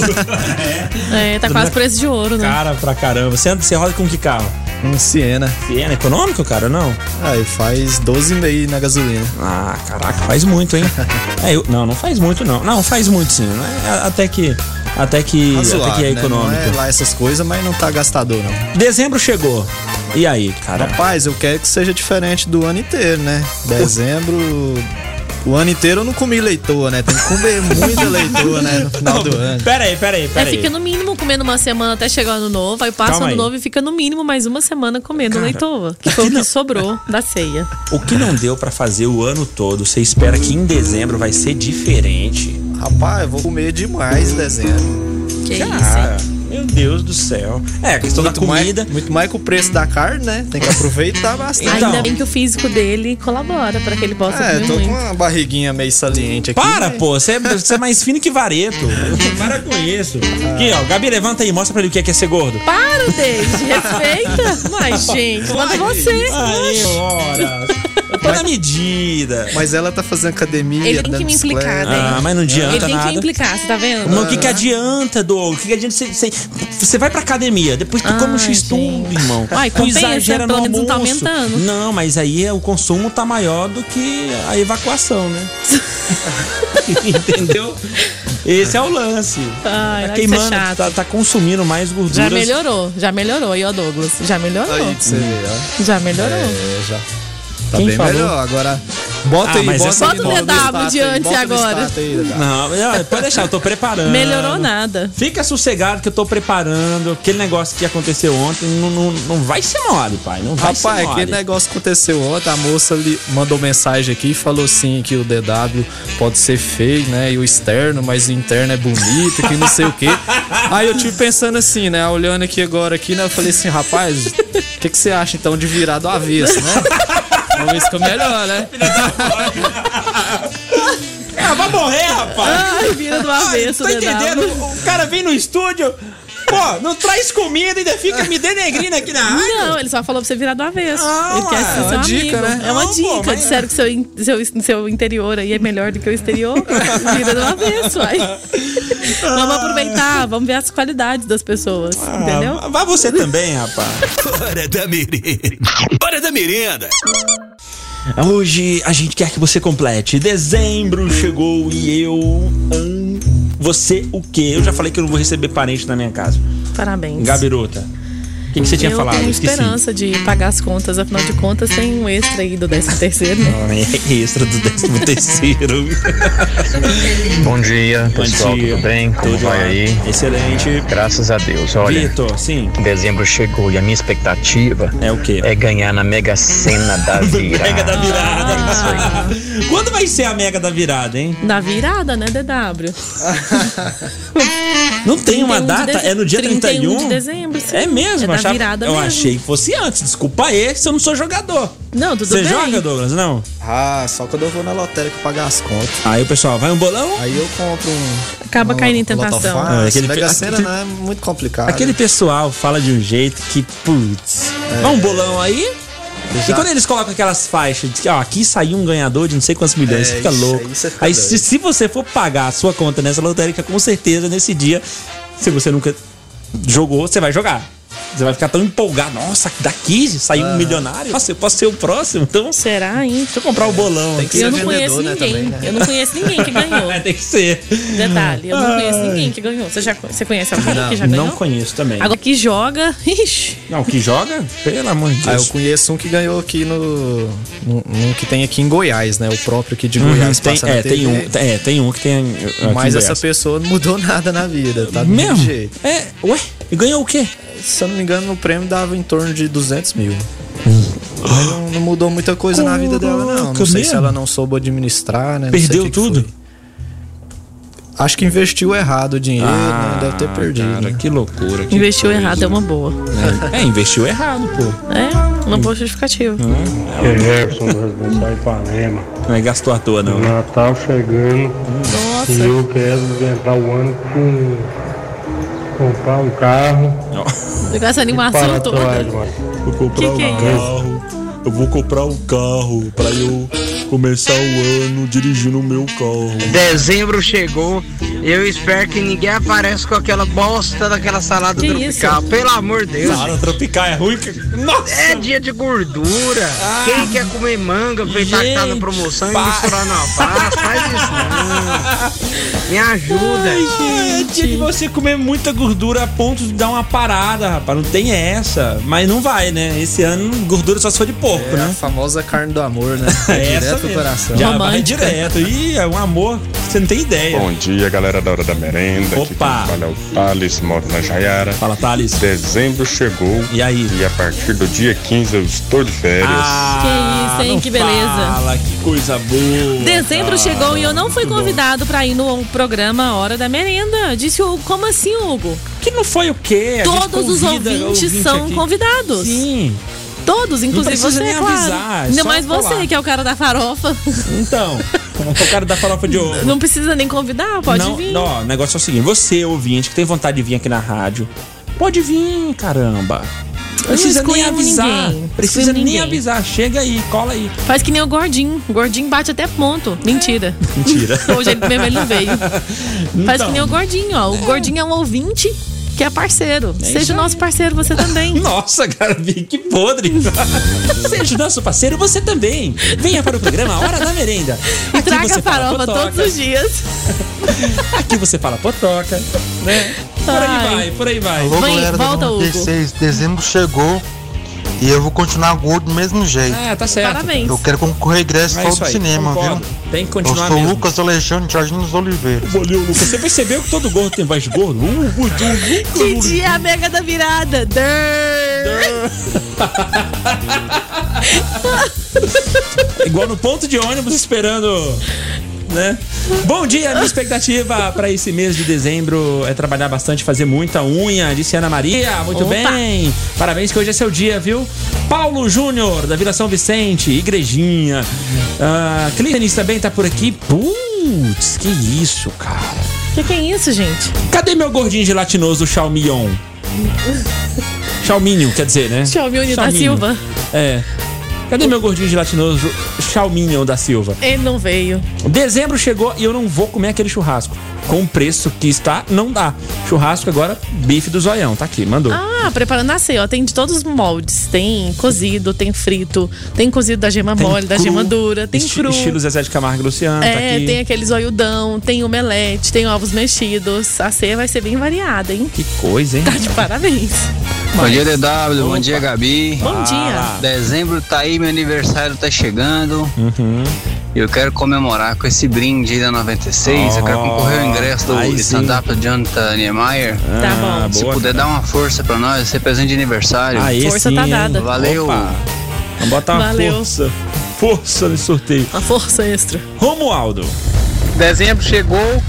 S5: É, tá quase preço de ouro, né?
S4: Cara pra caramba. Você, anda- você roda com que carro?
S20: Um Siena.
S4: Siena econômico, cara, não?
S20: Aí Ah, faz 12,5 na gasolina.
S4: Ah, caraca, faz muito, hein? É, eu- não, não faz muito, não. Não, faz muito sim. né? É, Até que. Até que.
S20: Razoável,
S4: até que é
S20: né? Não
S4: econômico.
S20: é lá essas coisas, mas não tá gastador, não.
S4: Dezembro chegou. E aí, cara?
S20: Rapaz, eu quero que seja diferente do ano inteiro, né? Dezembro. O ano inteiro eu não comi leitoa, né? Tem que comer muita leitoa, né? No final do ano.
S4: Pera aí, pera aí,
S5: É,
S4: pera aí.
S5: fica no mínimo comendo uma semana até chegar o ano novo, aí passa o
S4: Calma
S5: ano
S4: aí.
S5: novo e fica no mínimo mais uma semana comendo
S4: Cara,
S5: leitoa, que foi o que sobrou da ceia.
S4: O que não deu pra fazer o ano todo, você espera que em dezembro vai ser diferente.
S20: Rapaz, eu vou comer demais em dezembro.
S5: É
S4: Que isso, Meu Deus do céu. É, a questão da comida.
S20: muito mais que o preço da carne, né? Tem que aproveitar
S4: então.
S20: bastante.
S5: Ainda bem que o físico dele colabora pra que ele possa
S20: É, eu
S5: comer
S20: tô com
S5: muito.
S20: uma barriguinha meio saliente aqui.
S4: Para, pô, você é, você é mais fino que vareto. Para com isso. Aqui, ó, Gabi, levanta aí, mostra pra ele o que é, que é ser gordo.
S5: Para, David, respeita. Mas, gente, manda você.
S4: Aí, ora. Eu tô na medida.
S20: Mas ela tá fazendo academia.
S5: Ele tem que me implicar, né?
S4: Ah, mas não adianta
S5: Ele tem
S4: nada.
S5: que implicar, você tá vendo?
S4: Mas o que, que adianta, Douglas? O que, que adianta você, você- você vai pra academia, depois tu come um X-tudo, irmão.
S5: Ai,
S4: tu
S5: compensa,
S4: exagera no
S5: pelo menos
S4: almoço.
S5: não tá aumentando.
S4: Não, mas aí o consumo tá maior do que a evacuação, né? Entendeu? Esse é o lance.
S5: Ai,
S4: tá
S5: vai ser
S4: queimando,
S5: é chato.
S4: tá, tá consumindo mais gorduras.
S5: Já melhorou, já melhorou. E ó, Douglas, já melhorou.
S20: Aí pra você ver, ó.
S5: Já melhorou.
S20: É, já. Tá
S4: Quem
S20: bem
S4: falou?
S20: melhor. Agora, bota
S4: Ah,
S20: aí,
S4: mas
S20: bota,
S4: essa-
S20: aí no-
S5: Bota o
S20: no
S5: DW
S20: status
S5: de
S20: aí,
S5: antes
S20: bota no
S5: agora.
S20: status aí, DW.
S4: Não, não, pode deixar, eu tô preparando.
S5: Melhorou nada.
S4: Fica sossegado que eu tô preparando. Aquele negócio que aconteceu ontem não, não, não vai ser mole, pai. Não vai ser
S20: Rapaz,
S4: mole.
S20: aquele negócio que aconteceu ontem, a moça lhe mandou mensagem aqui e falou assim que o DW pode ser feio, né? E o externo, mas o interno é bonito, que não sei o quê. Aí eu tive pensando assim, né? Olhando aqui agora aqui, né? Eu falei assim, rapaz, o que, que você acha então de virar do avesso, né? Vamos ver se fica melhor, né?
S4: Ah, vai morrer, rapaz!
S5: Ai, vira Ah, do avesso, né,
S4: Ai, Tá
S5: Dedado.
S4: entendendo? O cara vem no estúdio, pô, não traz comida e ainda fica me denegrindo aqui na área.
S5: Não, ele só falou pra você virar do avesso.
S4: Ah,
S5: ele quer ser
S4: é uma
S5: seu
S4: dica,
S5: amigo.
S4: né?
S5: É uma
S4: Não, pô,
S5: dica.
S4: mas-
S5: Disseram que seu, in- seu, seu interior aí é melhor do que o exterior. Vira do avesso, aí. Vamos aproveitar, vamos ver as qualidades das pessoas, entendeu?
S4: Ah. Ah, vai você também, rapaz.
S1: Hora da merenda. Hora da merenda.
S4: Hoje a gente quer que você complete. Dezembro chegou e eu. hum, você o quê? Eu já falei que eu não vou receber parente na minha casa.
S5: Parabéns.
S4: Gabirota. O que, que você tinha
S5: eu
S4: falado?
S5: tenho
S4: Esqueci.
S5: esperança de pagar as contas, afinal de contas tem um extra aí do 13 terceiro, né?
S4: Ah, é Extra do 13 terceiro.
S2: Bom dia,
S4: Bom
S2: pessoal,
S4: dia.
S2: tudo bem? Como
S4: Tudo
S2: vai
S4: ótimo.
S2: aí?
S4: Excelente.
S2: Graças a Deus, olha.
S4: Vitor, sim.
S2: Dezembro chegou e a minha expectativa tá
S4: é o quê?
S2: É ganhar na Mega Sena da virada.
S4: Mega da virada.
S2: É
S4: Quando vai ser a mega da virada, hein?
S5: Na virada, né, DW?
S4: Não tem
S5: 31
S4: uma
S5: de
S4: data?
S5: dezembro.
S4: É no dia 31?
S5: 31 de dezembro, sim.
S4: É mesmo?
S5: É da
S4: achava-
S5: virada
S4: eu
S5: mesmo.
S4: achei que fosse antes. Desculpa aí, se eu não sou jogador.
S5: Não, tudo
S4: Você
S5: bem.
S4: joga, Douglas? Não?
S20: Ah, só quando eu vou na lotérica pagar as contas.
S4: Aí o pessoal, vai um bolão?
S20: Aí eu compro um.
S5: Acaba
S20: um
S5: caindo em tentação.
S20: Lotofaz.
S4: Ah, aquele-
S20: Mega Sena
S4: aquele-
S20: não é muito complicado.
S4: Aquele pessoal fala de um jeito que, putz,
S20: É.
S4: vai um bolão aí. E
S20: Já-
S4: quando é eles colocam aquelas faixas, de que, ó, aqui saiu um ganhador de não sei quantos milhões,
S20: É,
S4: fica
S20: isso-
S4: louco.
S20: aí você fica
S4: Aí
S20: doido.
S4: se, se você for pagar a sua conta nessa lotérica, com certeza nesse dia, se você nunca jogou, você vai jogar. Você vai ficar tão empolgado. Nossa, daqui saiu um milionário. Nossa, eu posso ser o próximo, então.
S5: Será, hein? Deixa
S4: eu comprar o bolão.
S20: Tem que
S5: eu
S20: ser
S5: não conheço
S20: vendedor, né,
S5: ninguém.
S20: também, né?
S5: Eu não conheço ninguém que ganhou.
S4: Tem que ser.
S5: Detalhe, eu não conheço
S4: Ai.
S5: ninguém que ganhou. Você, já, você conhece alguém
S4: Não,
S5: que já ganhou?
S4: não conheço também.
S5: Agora que joga, ixi.
S4: Não, que joga? Pelo amor de
S20: Ah, eu
S4: Deus.
S20: conheço um que ganhou aqui no. Um, um que tem aqui em Goiás, né? O próprio aqui de
S4: Uhum,
S20: Goiás.
S4: tem,
S20: passa na
S4: é, tem
S20: TV.
S4: um, é, tem um que tem. uh, aqui em
S20: Mas essa
S4: Goiás.
S20: pessoa não mudou nada na vida, tá? Do
S4: Mesmo?
S20: mesmo jeito.
S4: É, ué? E ganhou o quê?
S20: Se eu não me engano, o prêmio dava em torno de 200 mil. Mas não, não mudou muita coisa na vida dela, não.
S4: Hum. Caraca,
S20: Não sei
S4: mesmo?
S20: se ela não soube administrar, né? Não sei
S4: Perdeu
S20: o que que
S4: tudo?
S20: foi. Acho que investiu errado o dinheiro,
S22: Ah,
S20: né? Deve ter perdido.
S4: Ah, Cara, que loucura. que
S5: Investiu
S4: coisa.
S5: errado é uma boa.
S4: É, investiu errado, pô.
S5: É, uma boa justificativa.
S4: Hum.
S22: É Jefferson do Responsável Ipanema.
S4: Não é gastou à toa, não.
S22: Natal chegando.
S5: Nossa.
S22: E eu quero entrar o ano com. comprar um carro.
S5: Com essa animação toda.
S22: Vou
S5: Que que é um isso?
S22: carro. Eu vou comprar um carro pra eu começar o ano dirigindo o meu carro.
S23: Dezembro chegou. Eu espero que ninguém apareça com aquela bosta daquela salada
S5: Que
S23: tropical.
S5: isso?
S23: Pelo amor de Deus.
S4: Salada tropical é ruim. que- Nossa!
S23: É dia de gordura.
S4: Ah.
S23: Quem quer comer manga, aproveitar que tá na promoção e misturar na pasta, faz isso não. Me ajuda.
S4: Ai, é dia de você comer muita gordura a ponto de dar uma parada, rapaz. Não tem essa. Mas não vai, né? Esse ano, gordura só se for de porco,
S20: É a
S4: né?
S20: famosa carne do amor, né?
S4: É essa
S20: Direto
S4: mesmo.
S20: ao coração.
S4: Já vai
S20: Romântica.
S4: direto. Ih, é um amor que você não tem ideia.
S24: Bom dia, galera
S12: galera da Hora da Merenda. Opa! Aqui fala é o Thales, moro na Jaiara.
S4: Fala, Thales.
S12: Dezembro chegou.
S4: E aí? Ah.
S12: E a partir do dia 15 eu estou de férias.
S5: que isso, hein? Que beleza.
S4: Fala, que coisa boa.
S5: Dezembro
S4: cara.
S5: chegou e eu não fui
S4: Muito bom.
S5: convidado pra ir no programa Hora da Merenda. Disse o Hugo, como assim, Hugo?
S4: Que não foi o quê? A gente
S5: Todos os
S4: convida
S5: ouvintes
S4: ouvinte
S5: são
S4: aqui.
S5: convidados.
S4: Sim.
S5: Todos, inclusive
S4: precisa
S5: você,
S4: nem
S5: é claro.
S4: avisar, é
S5: Ainda
S4: só
S5: mais você,
S4: colar.
S5: que é o cara da farofa.
S4: Então, como que o cara da farofa de ovo.
S5: Não precisa nem convidar, pode
S4: não,
S5: vir.
S4: Não, ó, o negócio é o seguinte: você, ouvinte, que tem vontade de vir aqui na rádio, pode vir, caramba. Precisa nem
S5: excluímos
S4: avisar.
S5: ninguém,
S4: Precisa
S5: excluímos
S4: nem
S5: ninguém.
S4: avisar. Chega aí, cola aí.
S5: Faz que nem o gordinho. O gordinho bate até ponto. Mentira.
S4: Mentira.
S5: Hoje ele mesmo ele não veio. Faz
S4: Então.
S5: que nem o gordinho, ó. O gordinho é um ouvinte que é parceiro.
S4: isso
S5: Seja o nosso parceiro você também.
S4: Nossa, cara, vi que podre. Seja nosso parceiro, você também. Venha para o programa Hora da Merenda.
S5: E traga
S4: você
S5: a
S4: fala
S5: farofa
S4: potoca,
S5: todos os dias.
S4: Aqui você fala potoca, né? Por
S5: Ai.
S4: aí vai, por aí vai.
S3: Alô, galera da 96, dezembro chegou e eu vou continuar gordo do mesmo jeito.
S4: É, tá certo. Parabéns.
S3: Eu quero concorrer ingresso
S4: É
S3: ao
S4: isso aí,
S3: cinema,
S4: concordo.
S3: viu?
S4: Tem que continuar
S3: Eu sou
S4: mesmo.
S3: Lucas Alexandre Jorginho Oliveira.
S4: Valeu, Lucas. Você percebeu que todo gordo tem voz gordo? Uh, uh, uh,
S5: Que dia é a mega da virada. Durr.
S4: uh. Igual no ponto de ônibus esperando. Né? Bom dia, minha expectativa para esse mês de dezembro é trabalhar bastante, fazer muita unha, disse Ana Maria. Muito
S5: Opa.
S4: bem, parabéns que hoje é seu dia, viu? Paulo Júnior, da Vila São Vicente, Igrejinha. Ah, Clídenis também tá por aqui. Putz, que isso, cara.
S5: Que que é isso, gente?
S4: Cadê meu gordinho gelatinoso Xiaomion? Xiaominho, quer dizer, né?
S5: Xiaominho da Silva.
S4: É. Cadê meu gordinho gelatinoso Xiaominho da Silva?
S5: Ele não veio.
S4: Dezembro chegou e eu não vou comer aquele churrasco. Com o preço que está, não dá. Churrasco agora, bife do zoião. Tá aqui, mandou.
S5: Ah, preparando a ceia, ó. Tem de todos os moldes. Tem cozido, tem frito, tem cozido da gema
S4: Tem
S5: mole, da
S4: cru,
S5: gema dura, tem
S4: esti-
S5: cru.
S4: Estilo Zezé de Camargo e Luciano, tá
S5: É,
S4: aqui.
S5: tem aqueles zoiudão, tem omelete, tem ovos mexidos. A ceia vai ser bem variada, hein?
S4: Que coisa, hein?
S5: Tá de parabéns.
S6: Bom dia, DW. Bom dia, Gabi.
S4: Ah,
S5: Bom dia.
S6: Dezembro tá aí, meu aniversário tá chegando.
S4: Uhum.
S6: E eu quero comemorar com esse brinde aí da 96. eu quero
S4: Oh,
S6: concorrer ao ingresso do
S4: aí sim.
S6: stand-up do Jonathan Niemeyer.
S4: Tá bom.
S6: Se
S4: boa,
S6: puder
S4: cara.
S6: dar uma força pra nós, esse é presente de aniversário.
S4: Aí sim,
S5: tá
S4: hein?
S6: Valeu.
S4: Opa. Vamos botar uma
S6: Valeu.
S4: força. Força nesse sorteio.
S5: Uma força extra.
S4: Romualdo.
S7: Dezembro chegou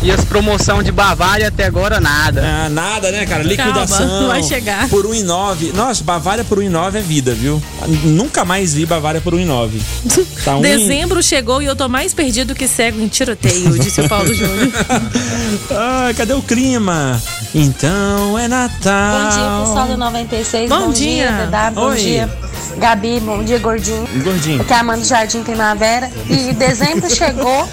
S7: e as promoção de Bavária até agora nada.
S4: Ah, nada, né, cara? Liquidação.
S5: vai chegar.
S4: Por 1,9. Nossa, Bavária por 1,9 é vida, viu? Nunca mais vi Bavária por 1,9. Tá um em-
S5: Dezembro chegou e eu tô mais perdido que cego em tiroteio, disse o Paulo Júnior.
S4: Ah, cadê o clima? Então é Natal.
S24: Bom dia, pessoal do 96.
S5: Bom
S24: Bom, dia,
S5: dia.
S24: DW. Bom
S4: Oi.
S24: dia, Gabi. Bom dia, Gordinho.
S4: Gordinho.
S24: Aqui é a Amanda Jardim Primavera. E dezembro chegou.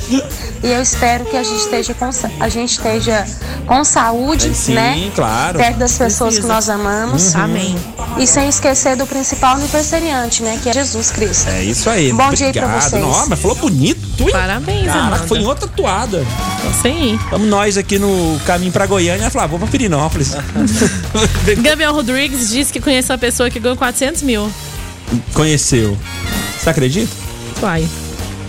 S24: E eu espero que a gente esteja com, sa- a gente esteja com saúde,
S4: Sim,
S24: né?
S4: claro.
S24: Perto das pessoas que nós amamos.
S4: Uhum. Amém.
S24: E sem esquecer do principal aniversariante, né? Que é Jesus Cristo.
S4: É isso aí.
S24: Bom
S4: Obrigado.
S24: dia aí pra vocês.
S4: Não, mas falou bonito. hein?
S5: Parabéns,
S4: Caraca,
S5: Amanda. Tá
S4: foi em outra toada.
S5: Sim.
S4: Vamos nós aqui no caminho pra Goiânia. Falar, vou pra Pirinópolis.
S5: Gabriel Rodrigues disse que conheceu a pessoa que ganhou 400 mil.
S4: Conheceu. Você acredita?
S5: Uai.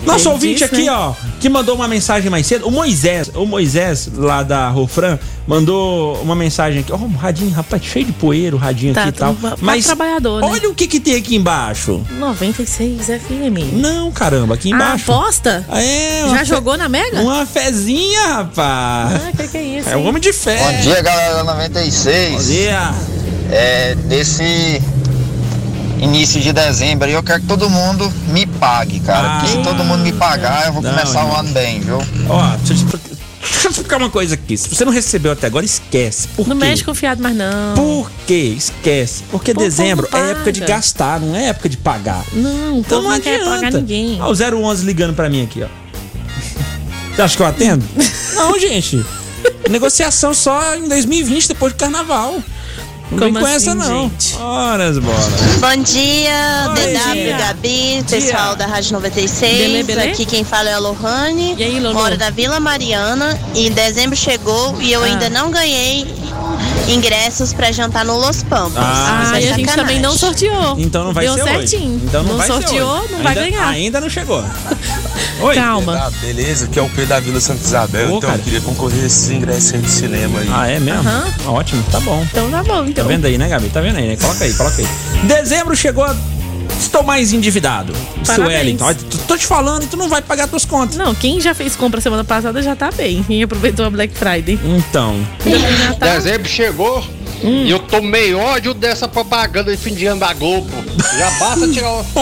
S4: Nosso
S5: Quem
S4: ouvinte
S5: disse,
S4: aqui,
S5: né?
S4: ó, que mandou uma mensagem mais cedo, o Moisés, o Moisés lá da Rofran, mandou uma mensagem aqui. Ó, um radinho, rapaz, cheio de poeira o radinho
S5: Tá,
S4: aqui e
S5: tá
S4: tal.
S5: um- tá trabalhador, né?
S4: olha o que que tem aqui embaixo.
S5: 96 FM.
S4: Não, caramba, aqui
S5: Ah,
S4: embaixo.
S5: aposta?
S4: É, uma
S5: Já
S4: fe-
S5: jogou na Mega?
S4: Uma fezinha, rapaz.
S5: Ah, que que é isso?
S4: É um
S5: hein?
S4: homem de fé.
S25: Bom dia, galera da 96. Bom
S4: dia.
S25: É, nesse início de dezembro aí, eu quero que todo mundo me pague, cara. Porque se todo mundo me pagar, eu vou
S4: Ah. Não,
S25: começar o
S4: irmão.
S25: ano bem, viu?
S4: Ó, deixa eu, te expli- deixa eu explicar uma coisa aqui. Se você não recebeu até agora, esquece. Por
S5: Não
S4: quê?
S5: mexe com fiado mais não.
S4: Por quê? Esquece. Porque
S5: Pô,
S4: dezembro
S5: povo
S4: é época de
S5: paga.
S4: gastar, não é época de pagar.
S5: Não,
S4: Então
S5: então
S4: não,
S5: não, quer
S4: adianta.
S5: pagar ninguém.
S4: Ah, o 011 ligando pra mim aqui, ó. Você acha que eu atendo? não, gente. Negociação só em 2020, depois do carnaval. Não vem
S24: Como
S4: com essa,
S24: assim,
S4: não. Horas, bola.
S24: Bom dia, DW,
S4: dia.
S24: Gabi, pessoal da Rádio 96.
S5: Belê, belê?
S24: Aqui quem fala é a Lohane.
S5: E aí, Lolo?
S24: Moro da Vila Mariana. E em dezembro chegou e eu
S5: Ah.
S24: ainda não ganhei
S8: ingressos pra jantar no Los Pampas.
S4: Ah,
S8: Isso é
S5: Ah, e a gente
S8: sacanagem.
S5: também não sorteou.
S4: Então não vai
S5: Deu
S4: ser
S5: certinho.
S4: hoje. Então não,
S5: não
S4: vai ser
S5: sorteou,
S4: hoje.
S5: não vai
S4: Ainda-
S5: ganhar.
S4: Ainda não chegou. Oi.
S5: Calma.
S9: Beleza, que é o P da Vila Santa Isabel, então eu queria concorrer a esses ingressos aí de cinema aí.
S4: Ah, é mesmo?
S5: Aham.
S4: Ótimo, tá bom.
S5: Então tá bom,
S4: Tá
S5: então.
S4: vendo aí, né, Gabi? Tá vendo aí, né? Coloca aí, coloca aí. Dezembro chegou. Estou mais endividado. Isso,
S5: Parabéns.
S4: Wellington. Olha, tu- Tô te falando e tu não vai pagar tuas contas.
S5: Não, quem já fez compra semana passada já tá bem. Quem aproveitou a Black Friday.
S4: Então.
S11: Dezembro chegou e eu tomei ódio dessa propaganda de fim de ano da Globo. Já basta tirar o.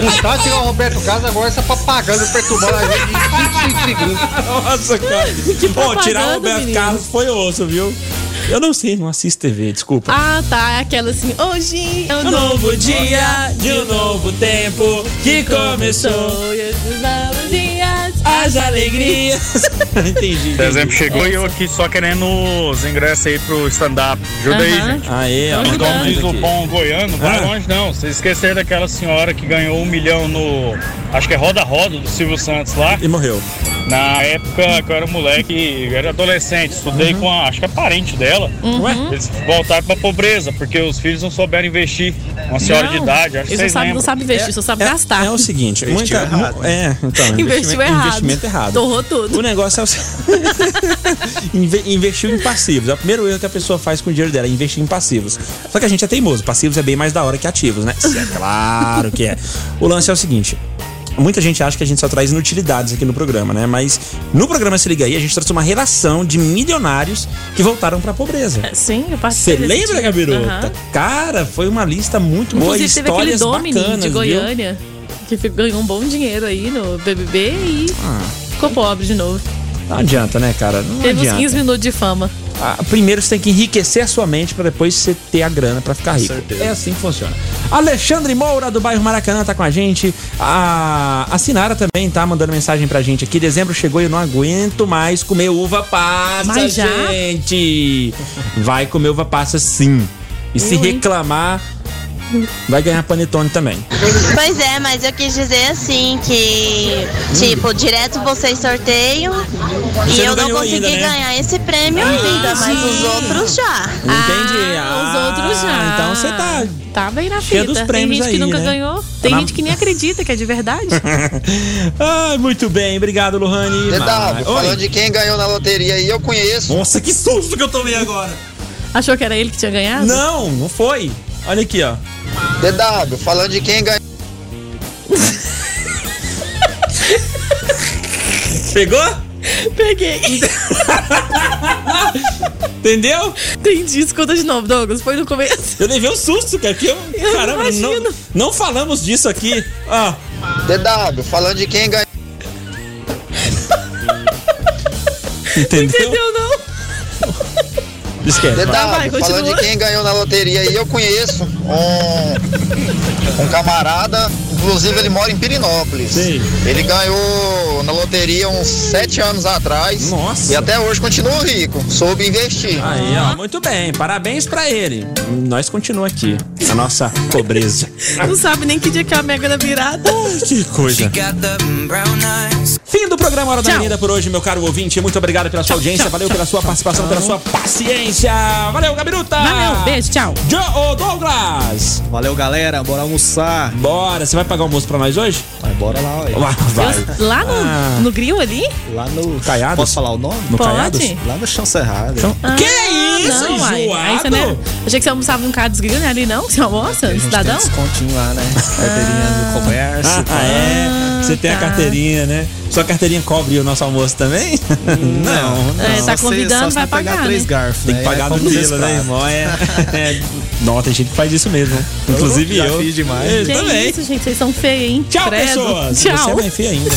S11: Buscar tirar o Roberto Casa agora essa propaganda perturbando a gente em 15 segundos.
S4: Nossa, cara. Que Pô, tirar o Roberto Carlos foi osso, viu? Eu não sei, não assisto TV, desculpa.
S5: Ah, tá. é Aquela assim, hoje é
S4: Um novo dia de um novo tempo que começou.
S5: e esses novos dias,
S4: as alegrias. entendi.
S13: Dezembro chegou e eu aqui só querendo os ingressos aí pro stand-up. Ajuda aí,
S4: Aham.
S13: gente.
S4: Aê, ó, um
S13: Como
S4: ajudando.
S13: diz o bom goiano, vai
S4: Ah.
S13: longe não. Vocês esqueceram daquela senhora que ganhou um milhão no. Acho que é Roda Roda do Silvio Santos lá.
S4: E morreu.
S13: Na época que eu era moleque, eu era adolescente, estudei
S4: Uhum.
S13: com a. Acho que é parente dela.
S5: Uhum.
S13: Eles voltaram pra pobreza, porque os filhos não souberam investir. Uma senhora de idade, acho que
S5: Ele
S13: vocês
S5: só sabe, não
S13: lembram.
S5: sabe investir, só sabe gastar.
S4: É o seguinte,
S13: Investiu
S4: muita, mu- é, então,
S5: Investiu
S4: investimento-
S5: errado.
S4: Investimento errado.
S5: Torrou tudo.
S4: O negócio é o se- Inve- investiu em passivos. É o primeiro erro que a pessoa faz com o dinheiro dela, é investir em passivos. Só que a gente é teimoso, passivos é bem mais da hora que ativos, né? Isso é claro que é. O lance é o seguinte, Muita gente acha que a gente só traz inutilidades aqui no programa, né? Mas no programa Se Liga Aí, a gente trouxe uma relação de milionários que voltaram pra pobreza.
S5: Sim, eu
S4: Você
S5: participei. desse
S4: lembra, Tá
S5: dia.
S4: Gabirota?
S5: É, Aham.
S4: Cara, foi uma lista muito boa e
S5: Inclusive, teve aquele
S4: histórias
S5: Domini
S4: bacanas,
S5: de
S4: viu?
S5: Goiânia, que fi- ganhou um bom dinheiro aí no BBB e
S4: Ah,
S5: ficou pobre de novo.
S4: não adianta, né, cara? Não
S5: Teve uns
S4: adianta.
S5: 15 minutos de fama.
S4: Ah, primeiro você tem que enriquecer a sua mente pra depois você ter a grana pra ficar rico. É assim que funciona. Alexandre Moura, do bairro Maracanã, tá com a gente. A, a Sinara também tá mandando mensagem pra gente aqui. Dezembro chegou e eu não aguento mais comer uva passa,
S5: Mas já?
S4: gente. Vai comer uva passa sim. E se
S8: Eu, hein?
S4: reclamar, vai ganhar panetone também.
S8: Pois é, mas eu quis dizer assim que, tipo, direto vocês sorteiam
S4: Você
S8: e eu
S4: não
S8: não
S4: ganhou
S8: consegui
S4: ainda, né?
S8: ganhar esse prêmio ainda, mas os outros já.
S4: Entendi.
S5: Ah, os outros já.
S4: Então você tá
S5: Tá bem na
S4: Cheia
S5: fita.
S4: dos
S5: Tem
S4: prêmios
S5: gente que
S4: aí,
S5: nunca
S4: né?
S5: ganhou. Tem
S4: Na-
S5: gente que nem acredita que é de verdade.
S4: ah, muito bem, obrigado, Lohane.
S25: Dedado,
S4: Mas-
S25: falando
S4: né? Oi.
S25: de quem ganhou na loteria aí, eu conheço.
S4: Nossa, que susto que eu tomei agora.
S5: Achou que era ele que tinha ganhado?
S4: Não, não foi. Olha aqui, ó.
S25: DW, falando de quem ganhou.
S4: Pegou?
S5: Peguei.
S4: Entendeu?
S5: Entendi. Escuta de novo, Douglas. Foi no começo.
S4: Eu levei um susto, cara. Que eu,
S5: Eu
S4: caramba, não,
S5: imagino.
S4: não falamos disso aqui. Ah.
S25: DW, falando de quem ganhou.
S4: Entendeu?
S5: Entendeu, não?
S4: Esquece.
S25: DW,
S4: vai.
S25: falando de quem ganhou na loteria aí, eu conheço um, um camarada, inclusive ele mora em Pirinópolis. Ele ganhou na loteria uns sete anos atrás.
S4: Nossa.
S25: E até hoje continua rico, soube investir.
S4: Aí, ó, muito bem. Parabéns pra ele. Nós continuamos aqui. A nossa pobreza.
S5: Não sabe nem que dia que é a mega da virada.
S4: Que coisa. Fim do programa Hora da Menina por hoje, meu caro ouvinte. Muito obrigado pela sua audiência. Valeu pela sua participação, pela sua paciência. Valeu, Gabiruta.
S5: Valeu, beijo, tchau.
S4: Joe Douglas.
S14: Valeu, galera. Bora almoçar.
S4: Bora. Você vai pagar o almoço pra nós hoje?
S14: Vai, bora lá, ó.
S4: Lá vai.
S5: Lá no,
S4: Ah.
S5: no grill ali?
S14: Lá no.
S4: Caiados?
S14: Posso falar o nome?
S4: No Pode. Caiados?
S14: Lá no Chão Cerrado.
S5: Ah,
S4: que É isso,
S5: não, uai. É Aí você
S4: enjoado?
S5: não... Achei que você almoçava no Carlos Grill, né? Ali não? Você almoça,
S14: Tem
S5: cidadão?
S14: descontinho lá, né? Carteirinha do comércio.
S4: Ah,
S14: tá?
S4: é. Você tem a carteirinha, né? Sua carteirinha cobre o nosso almoço também? Não.
S5: É, tá
S14: Só se-
S5: convidando,
S14: só se
S5: vai
S14: pegar
S5: pagar,
S14: três
S5: né?
S14: garfos,
S4: Tem
S14: né?
S4: que pagar
S14: Aí
S4: no
S14: come dois
S4: Nilo, né,
S14: pratos.
S4: irmão? É, é. Não, tem gente que faz isso mesmo. Inclusive
S14: já
S4: eu.
S14: fiz demais.
S4: Eu
S5: Que
S4: também.
S5: isso, gente? Vocês são feios, hein?
S4: Tchau,
S5: Credo.
S4: pessoas.
S5: Tchau.
S4: Você é mais feio ainda.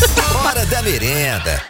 S1: Hora da merenda.